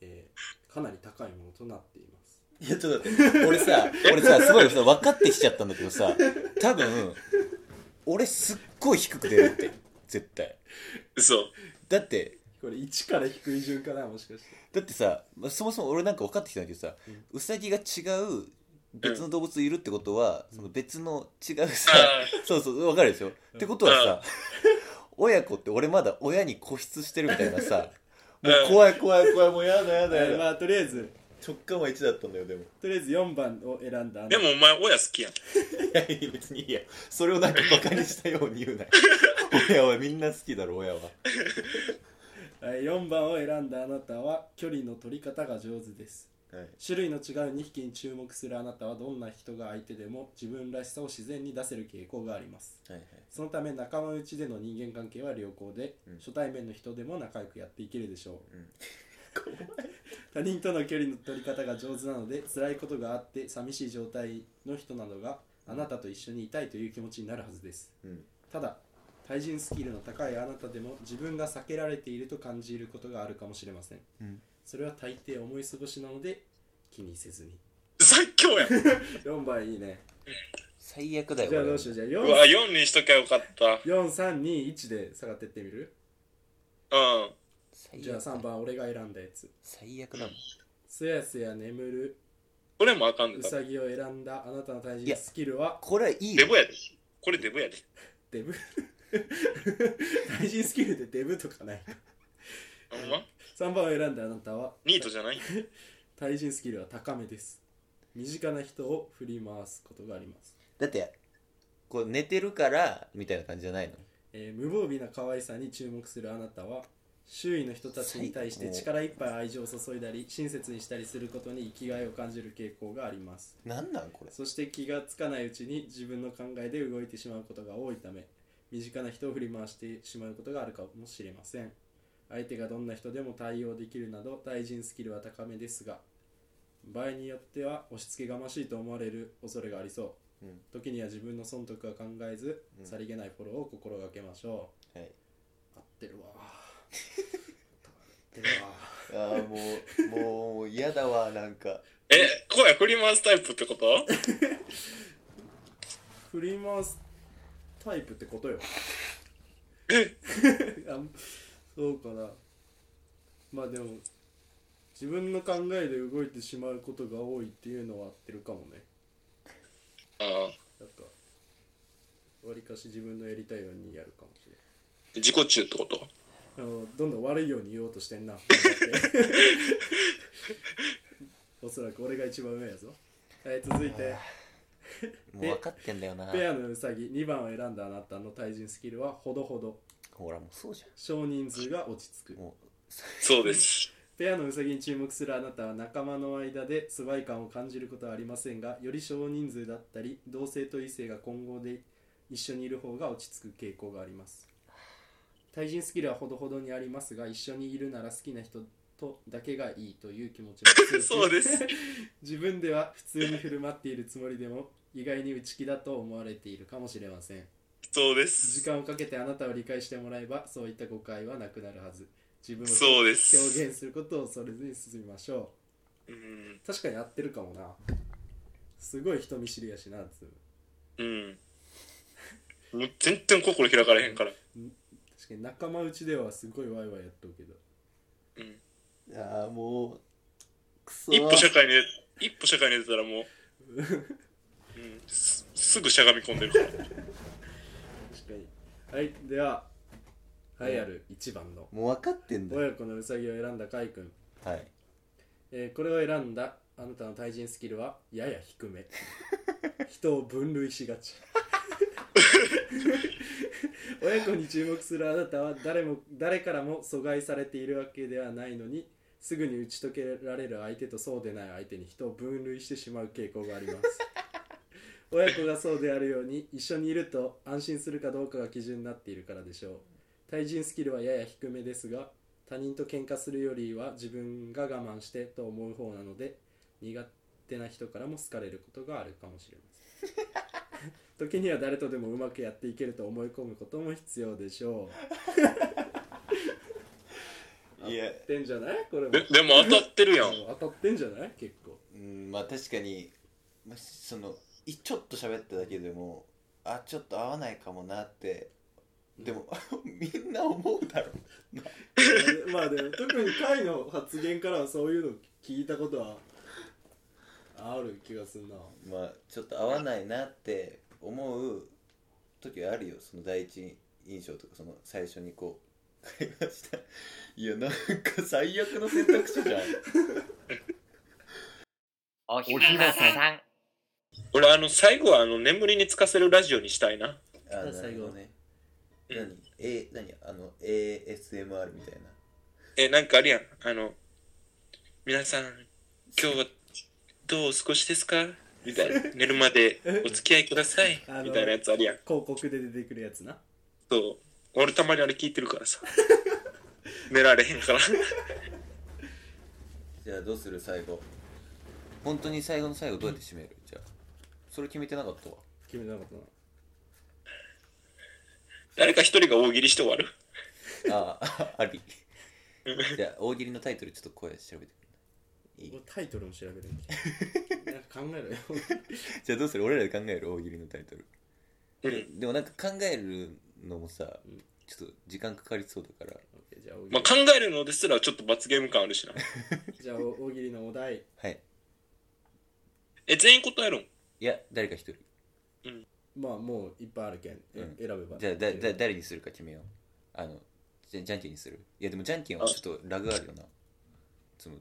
Speaker 2: えーかなり高いものとなっています
Speaker 1: いや、ちょっと待って、俺 さ、俺さ、すごいさ、分かってきちゃったんだけどさ、多分、俺すっごい低く出るって、絶対。
Speaker 3: 嘘
Speaker 1: だって、
Speaker 2: これ1から低い順かなもしかして
Speaker 1: だってさ、まそもそも俺なんか分かってきたんだけどさ
Speaker 2: うん、
Speaker 1: ウサギが違う別の動物いるってことは、その別の違うさ、
Speaker 3: あ
Speaker 1: そうそう、分かるでしょってことはさ、親子って俺まだ親に固執してるみたいなさ、もう怖い怖い怖い、もうやだやだ
Speaker 2: はい
Speaker 1: やだ。
Speaker 2: まあとりあえず
Speaker 1: 直感は1だったんだよ、でも。
Speaker 2: とりあえず4番を選んだあな
Speaker 3: でもお前親好きやん
Speaker 1: いやいや別にいいやそれをなんかバカにしたように言うなよ親はみんな好きだろ親は
Speaker 2: はい、4番を選んだあなたは距離の取り方が上手です
Speaker 1: はい
Speaker 2: 種類の違う2匹に注目するあなたはどんな人が相手でも自分らしさを自然に出せる傾向があります
Speaker 1: はいはい
Speaker 2: そのため仲間内での人間関係は良好で、
Speaker 1: うん
Speaker 2: 初対面の人でも仲良くやっていけるでしょう
Speaker 1: うん
Speaker 2: 他人との距離の取り方が上手なので辛いことがあって寂しい状態の人などがあなたと一緒にいたいという気持ちになるはずです
Speaker 1: うん
Speaker 2: ただ対人スキルの高いあなたでも自分が避けられていると感じることがあるかもしれません、
Speaker 1: うん
Speaker 2: それは大抵思い過ごしなので気にせ ずに
Speaker 3: 最 強やん。う
Speaker 2: 4番いいね
Speaker 1: 最悪だよ
Speaker 2: じゃあ
Speaker 1: これ
Speaker 2: どうしようじゃあ
Speaker 3: わ、4にしときゃよかった。
Speaker 2: 4321で下がってってみる
Speaker 3: うん。
Speaker 1: 最悪
Speaker 2: じゃあ3番俺が選んだやつ
Speaker 1: 最悪なの
Speaker 2: すやすや眠る
Speaker 3: これもあかんで
Speaker 2: う
Speaker 3: た。
Speaker 2: さぎを選んだあなたの対人スキルは
Speaker 1: これはいい
Speaker 3: デ
Speaker 1: よ
Speaker 3: ブやで。これデブやで。
Speaker 2: デブ 対人スキルでデブとかない
Speaker 3: ほんま
Speaker 2: 3番を選んだあなたは
Speaker 3: ニートじゃない
Speaker 2: 対人スキルは高めです身近な人を振り回すことがあります、
Speaker 1: だってこう寝てるからみたいな感じじゃないの
Speaker 2: えー無防備な可愛さに注目するあなたは周囲の人たちに対して力いっぱい愛情を注いだり親切にしたりすることに生きがいを感じる傾向があります
Speaker 1: なんなんこれ
Speaker 2: そして気がつかないうちに自分の考えで動いてしまうことが多いため身近な人を振り回してしまうことがあるかもしれません相手がどんな人でも対応できるなど対人スキルは高めですが場合によっては押し付けがましいと思われる恐れがありそう、
Speaker 1: うん
Speaker 2: 時には自分の損得は考えず、
Speaker 1: うん
Speaker 2: さりげないフォローを心がけましょ
Speaker 1: はいう
Speaker 2: 合ってるわ 合ってるわ
Speaker 1: ああもうもう嫌だわなんか
Speaker 3: え、声振り回すタイプってこと
Speaker 2: 振り回すタイプってことよ
Speaker 3: え、
Speaker 2: あそうかなまあでも自分の考えで動いてしまうことが多いっていうのは合ってるかもね
Speaker 3: ああ。
Speaker 2: なんかわりかし自分のやりたいようにやるかもしれない
Speaker 3: 自己中ってこと
Speaker 2: あのどんどん悪いように言おうとしてんなおそらく俺が一番上やぞはい続いて
Speaker 1: もう分かってんだよな
Speaker 2: ペアのウサギ2番を選んだあなたの対人スキルはほどほど
Speaker 1: ほらもうそうじゃ
Speaker 2: 少人数が落ち着く
Speaker 1: んも
Speaker 3: そうです。
Speaker 2: ペアのウサギに注目するあなたは仲間の間で疎外感を感じることはありませんがより少人数だったり同性と異性が混合で一緒にいる方が落ち着く傾向があります対人スキルはほどほどにありますが一緒にいるなら好きな人とだけがいいという気持ちも
Speaker 3: そうです。
Speaker 2: 自分では普通に振る舞っているつもりでも意外に内気だと思われているかもしれません
Speaker 3: そうで
Speaker 2: 時
Speaker 3: す。
Speaker 2: 間をかけてあなたを理解してもらえばそういった誤解はなくなるはず自分を
Speaker 3: そうで
Speaker 2: 表
Speaker 3: す。
Speaker 2: 現することを恐れずに進みましょ
Speaker 3: うん。
Speaker 2: う確かに合ってるかもなすごい人見知りやしなつ
Speaker 3: うん。もう全然心開かれへんから。
Speaker 2: 確かに仲間内ではすごいワイワイやっとうけど
Speaker 3: うん。
Speaker 1: うああもうくそ
Speaker 3: 一歩社会に出、一歩社会に出たらもう、うん、すすぐしゃがみ込んでるから。
Speaker 2: 確かにはいでは栄えある1番の
Speaker 1: もう分かってんだよ
Speaker 2: 親子のうさぎを選んだカイ君、
Speaker 1: はい
Speaker 2: えーこれを選んだあなたの対人スキルはやや低め人を分類しがち親子に注目するあなたは誰も誰からも阻害されているわけではないのにすぐに打ち解けられる相手とそうでない相手に人を分類してしまう傾向があります親子がそうであるように一緒にいると安心するかどうかが基準になっているからでしょう対人スキルはやや低めですが他人と喧嘩するよりは自分が我慢してと思う方なので苦手な人からも好かれることがあるかもしれま せん時には誰とでもうまくやっていけると思い込むことも必要でしょう
Speaker 1: いや
Speaker 2: 合ってんじゃないこれも
Speaker 3: ででも当たってるやん。
Speaker 2: 当たってんじゃない結構
Speaker 1: うんまあ確かに、まあ、そのいちょっと喋っただけでもあちょっと合わないかもなってでも みんな思うだろ
Speaker 2: まあでも特に会の発言からはそういうの聞いたことはある気がするな
Speaker 1: まあちょっと合わないなって思う時はあるよその第一印象とかその最初にこう 会話したいやなんか最悪の選択 肢じゃん
Speaker 5: おひなささん。
Speaker 3: 俺、あの、最後は、あの、眠りにつかせるラジオにしたいな。
Speaker 1: あ
Speaker 2: 最後
Speaker 1: なるほどね何、え何あの ASMR みたいな
Speaker 3: え、なんかあるやん。あの、皆さん、今日はどうお過ごしですかみたいな。寝るまでお付き合いください。
Speaker 2: あの
Speaker 3: みたいなやつあるやん。
Speaker 2: 広告で出てくるやつな
Speaker 3: そう。俺たまにあれ聞いてるからさ。 寝られへんから。
Speaker 1: じゃあどうする最後本当に最後の最後どうやって締める、じゃあそれ決めてなかったわ
Speaker 2: 決めてなかったな
Speaker 3: 誰か一人が大喜利して終わる。
Speaker 1: ああ ありじゃあ大喜利のタイトルちょっと声調べてくれないい
Speaker 2: 俺タイトルも調べるんだ けどなんか考えろよ
Speaker 1: じゃあどうする俺らで考える大喜利のタイトル
Speaker 3: うん。
Speaker 1: でもなんか考えるのもさ
Speaker 2: うん
Speaker 1: ちょっと時間かかりそうだから
Speaker 2: じゃあ大喜利
Speaker 3: まあ、考えるのですらちょっと罰ゲーム感あるしな。
Speaker 2: じゃあ大喜利のお題
Speaker 1: はい
Speaker 3: え、全員答えるん
Speaker 1: いや誰か一人
Speaker 2: まあもういっぱいあるけん、え
Speaker 1: うん
Speaker 2: 選べば
Speaker 1: じゃあだだ誰にするか決めようあのじゃじゃんけんにするいやでもじゃんけんはちょっとラグあるよな積む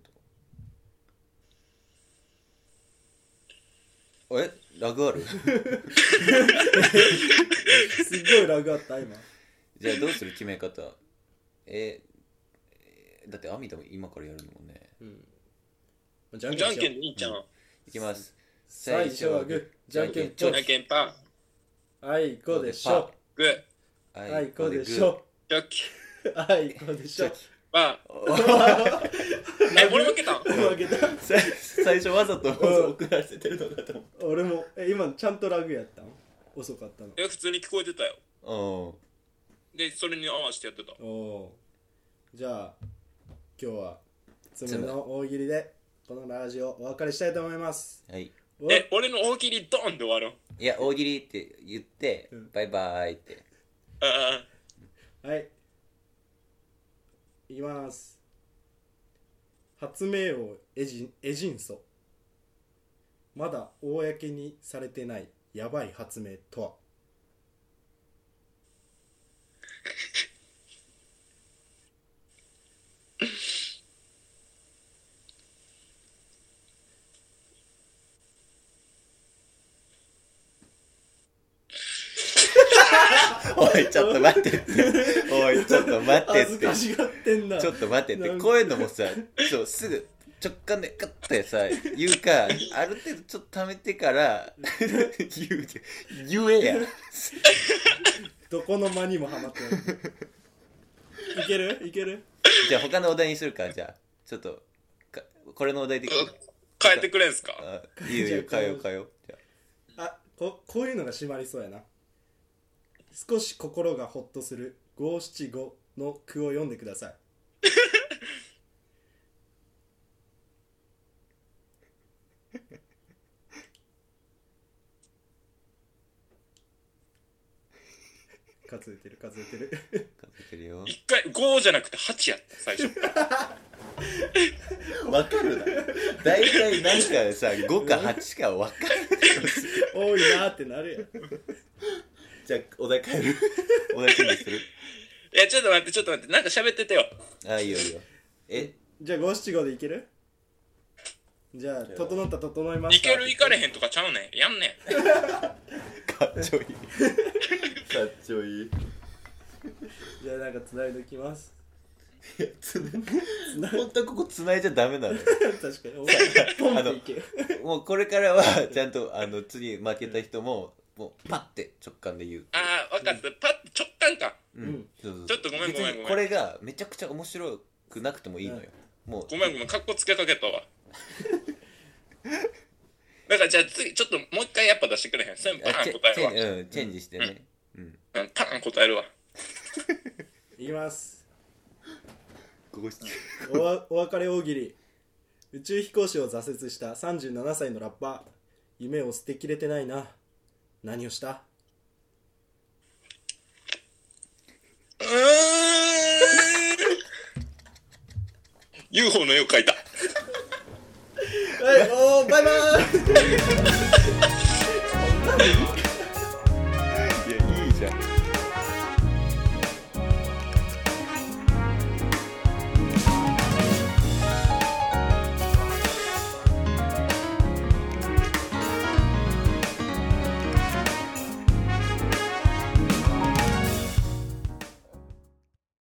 Speaker 1: とえラグあ る
Speaker 2: すっごいラグあった今
Speaker 1: じゃあどうする決め方ええだってアミダも今からやるのもね
Speaker 2: うんじゃ
Speaker 3: じゃんけ
Speaker 2: ん
Speaker 3: ん兄ちゃん。
Speaker 1: いきます
Speaker 2: 最初はグーじゃんけんチ
Speaker 3: じ
Speaker 2: ョ
Speaker 3: ゃんけんパー、
Speaker 2: キはいこうでしょ
Speaker 3: グー、
Speaker 1: パー
Speaker 2: はいこうでし
Speaker 1: グ
Speaker 2: ょ
Speaker 3: チョキ、
Speaker 2: はいこうでしょ
Speaker 3: パー。え、俺負けたん
Speaker 2: 負けた
Speaker 1: ーさ い最初わざと送らせてるのかと
Speaker 2: 俺もえ今のちゃんとラグやったの遅かったの
Speaker 3: え、普通に聞こえてたよ。
Speaker 1: 思う
Speaker 3: で、それに合わせてやってた。
Speaker 2: おおーじゃあ今日はつむの大喜利でこのラジオお別れしたいと思います
Speaker 1: うんはい
Speaker 2: お
Speaker 3: え、俺の大喜利ドンで終わるん。
Speaker 1: いや大喜利って言って
Speaker 2: うん
Speaker 1: バイバイって
Speaker 3: あ
Speaker 2: はい。いきます。発明王エジンエジンソ。まだ公にされてないやばい発明とは
Speaker 1: おいちょっと待ってって おいちょっと待って
Speaker 2: 恥ず
Speaker 1: って
Speaker 2: かしがってんな。
Speaker 1: ちょっと待ってって
Speaker 2: なんか
Speaker 1: こういうのもさそうすぐ直感でガッてさ言うかある程度ちょっと溜めてから 言うて言えや
Speaker 2: どこの間にもハマってない。いけるいける
Speaker 1: じゃあ他のお題にするかじゃあちょっとかこれのお題で
Speaker 3: あ、変えてくれんすか
Speaker 1: あいいよいいよ
Speaker 2: じゃあ
Speaker 1: 変えよう変えようじゃ
Speaker 2: あここういうのが締まりそうやな。少し心がほっとする五七五の句を読んでください。数えてる数えてる
Speaker 1: あ数えてるよ
Speaker 3: 一回、5じゃなくて8やった、最初。
Speaker 1: わかるな大体なんかさ5か8かわかる
Speaker 2: 多いなーってなるやん
Speaker 1: じゃあお題変えるお題変えする
Speaker 3: いや、ちょっと待って、ちょっと待って。なんか喋っててよ。
Speaker 1: あいいよいいよえ
Speaker 2: じゃあ五七五でいけるじゃあ整った整いま
Speaker 3: い
Speaker 2: した
Speaker 3: ける、いかれへんとかちゃうねん。やんねん。
Speaker 1: かっちょいいかっちょいい
Speaker 2: じゃあなんかつないでおきます
Speaker 1: 本当はここ繋いじゃダメなのよ
Speaker 2: 確かにお前ポンっていける
Speaker 1: もうこれからはちゃんとあの次負けた人ももうパッて直感で言う
Speaker 3: あー、わかった。パッ、直感か。
Speaker 1: う
Speaker 2: うん
Speaker 1: そうそう
Speaker 3: ちょっとごめん
Speaker 1: 別に
Speaker 3: ごめんごめん
Speaker 1: これがめちゃくちゃ面白くなくてもいいのよもう
Speaker 3: ごめんごめん、かっこつけかけたわ。だからじゃあ次、ちょっともう一回やっぱ出してくれへん。先パ
Speaker 1: あ
Speaker 3: ー
Speaker 1: チ
Speaker 3: ン
Speaker 1: ェ
Speaker 3: 答
Speaker 1: チ
Speaker 3: えるわ。
Speaker 1: ェうんチェンジしてねうん
Speaker 3: うん、パーン答えるわ。
Speaker 2: いきます
Speaker 1: ここし
Speaker 2: おわお別れ大喜利宇宙飛行士を挫折した37歳のラッパー夢を捨てきれてないな何をした
Speaker 3: うーん UFO の絵を描いた。
Speaker 2: はいおーバイバーイ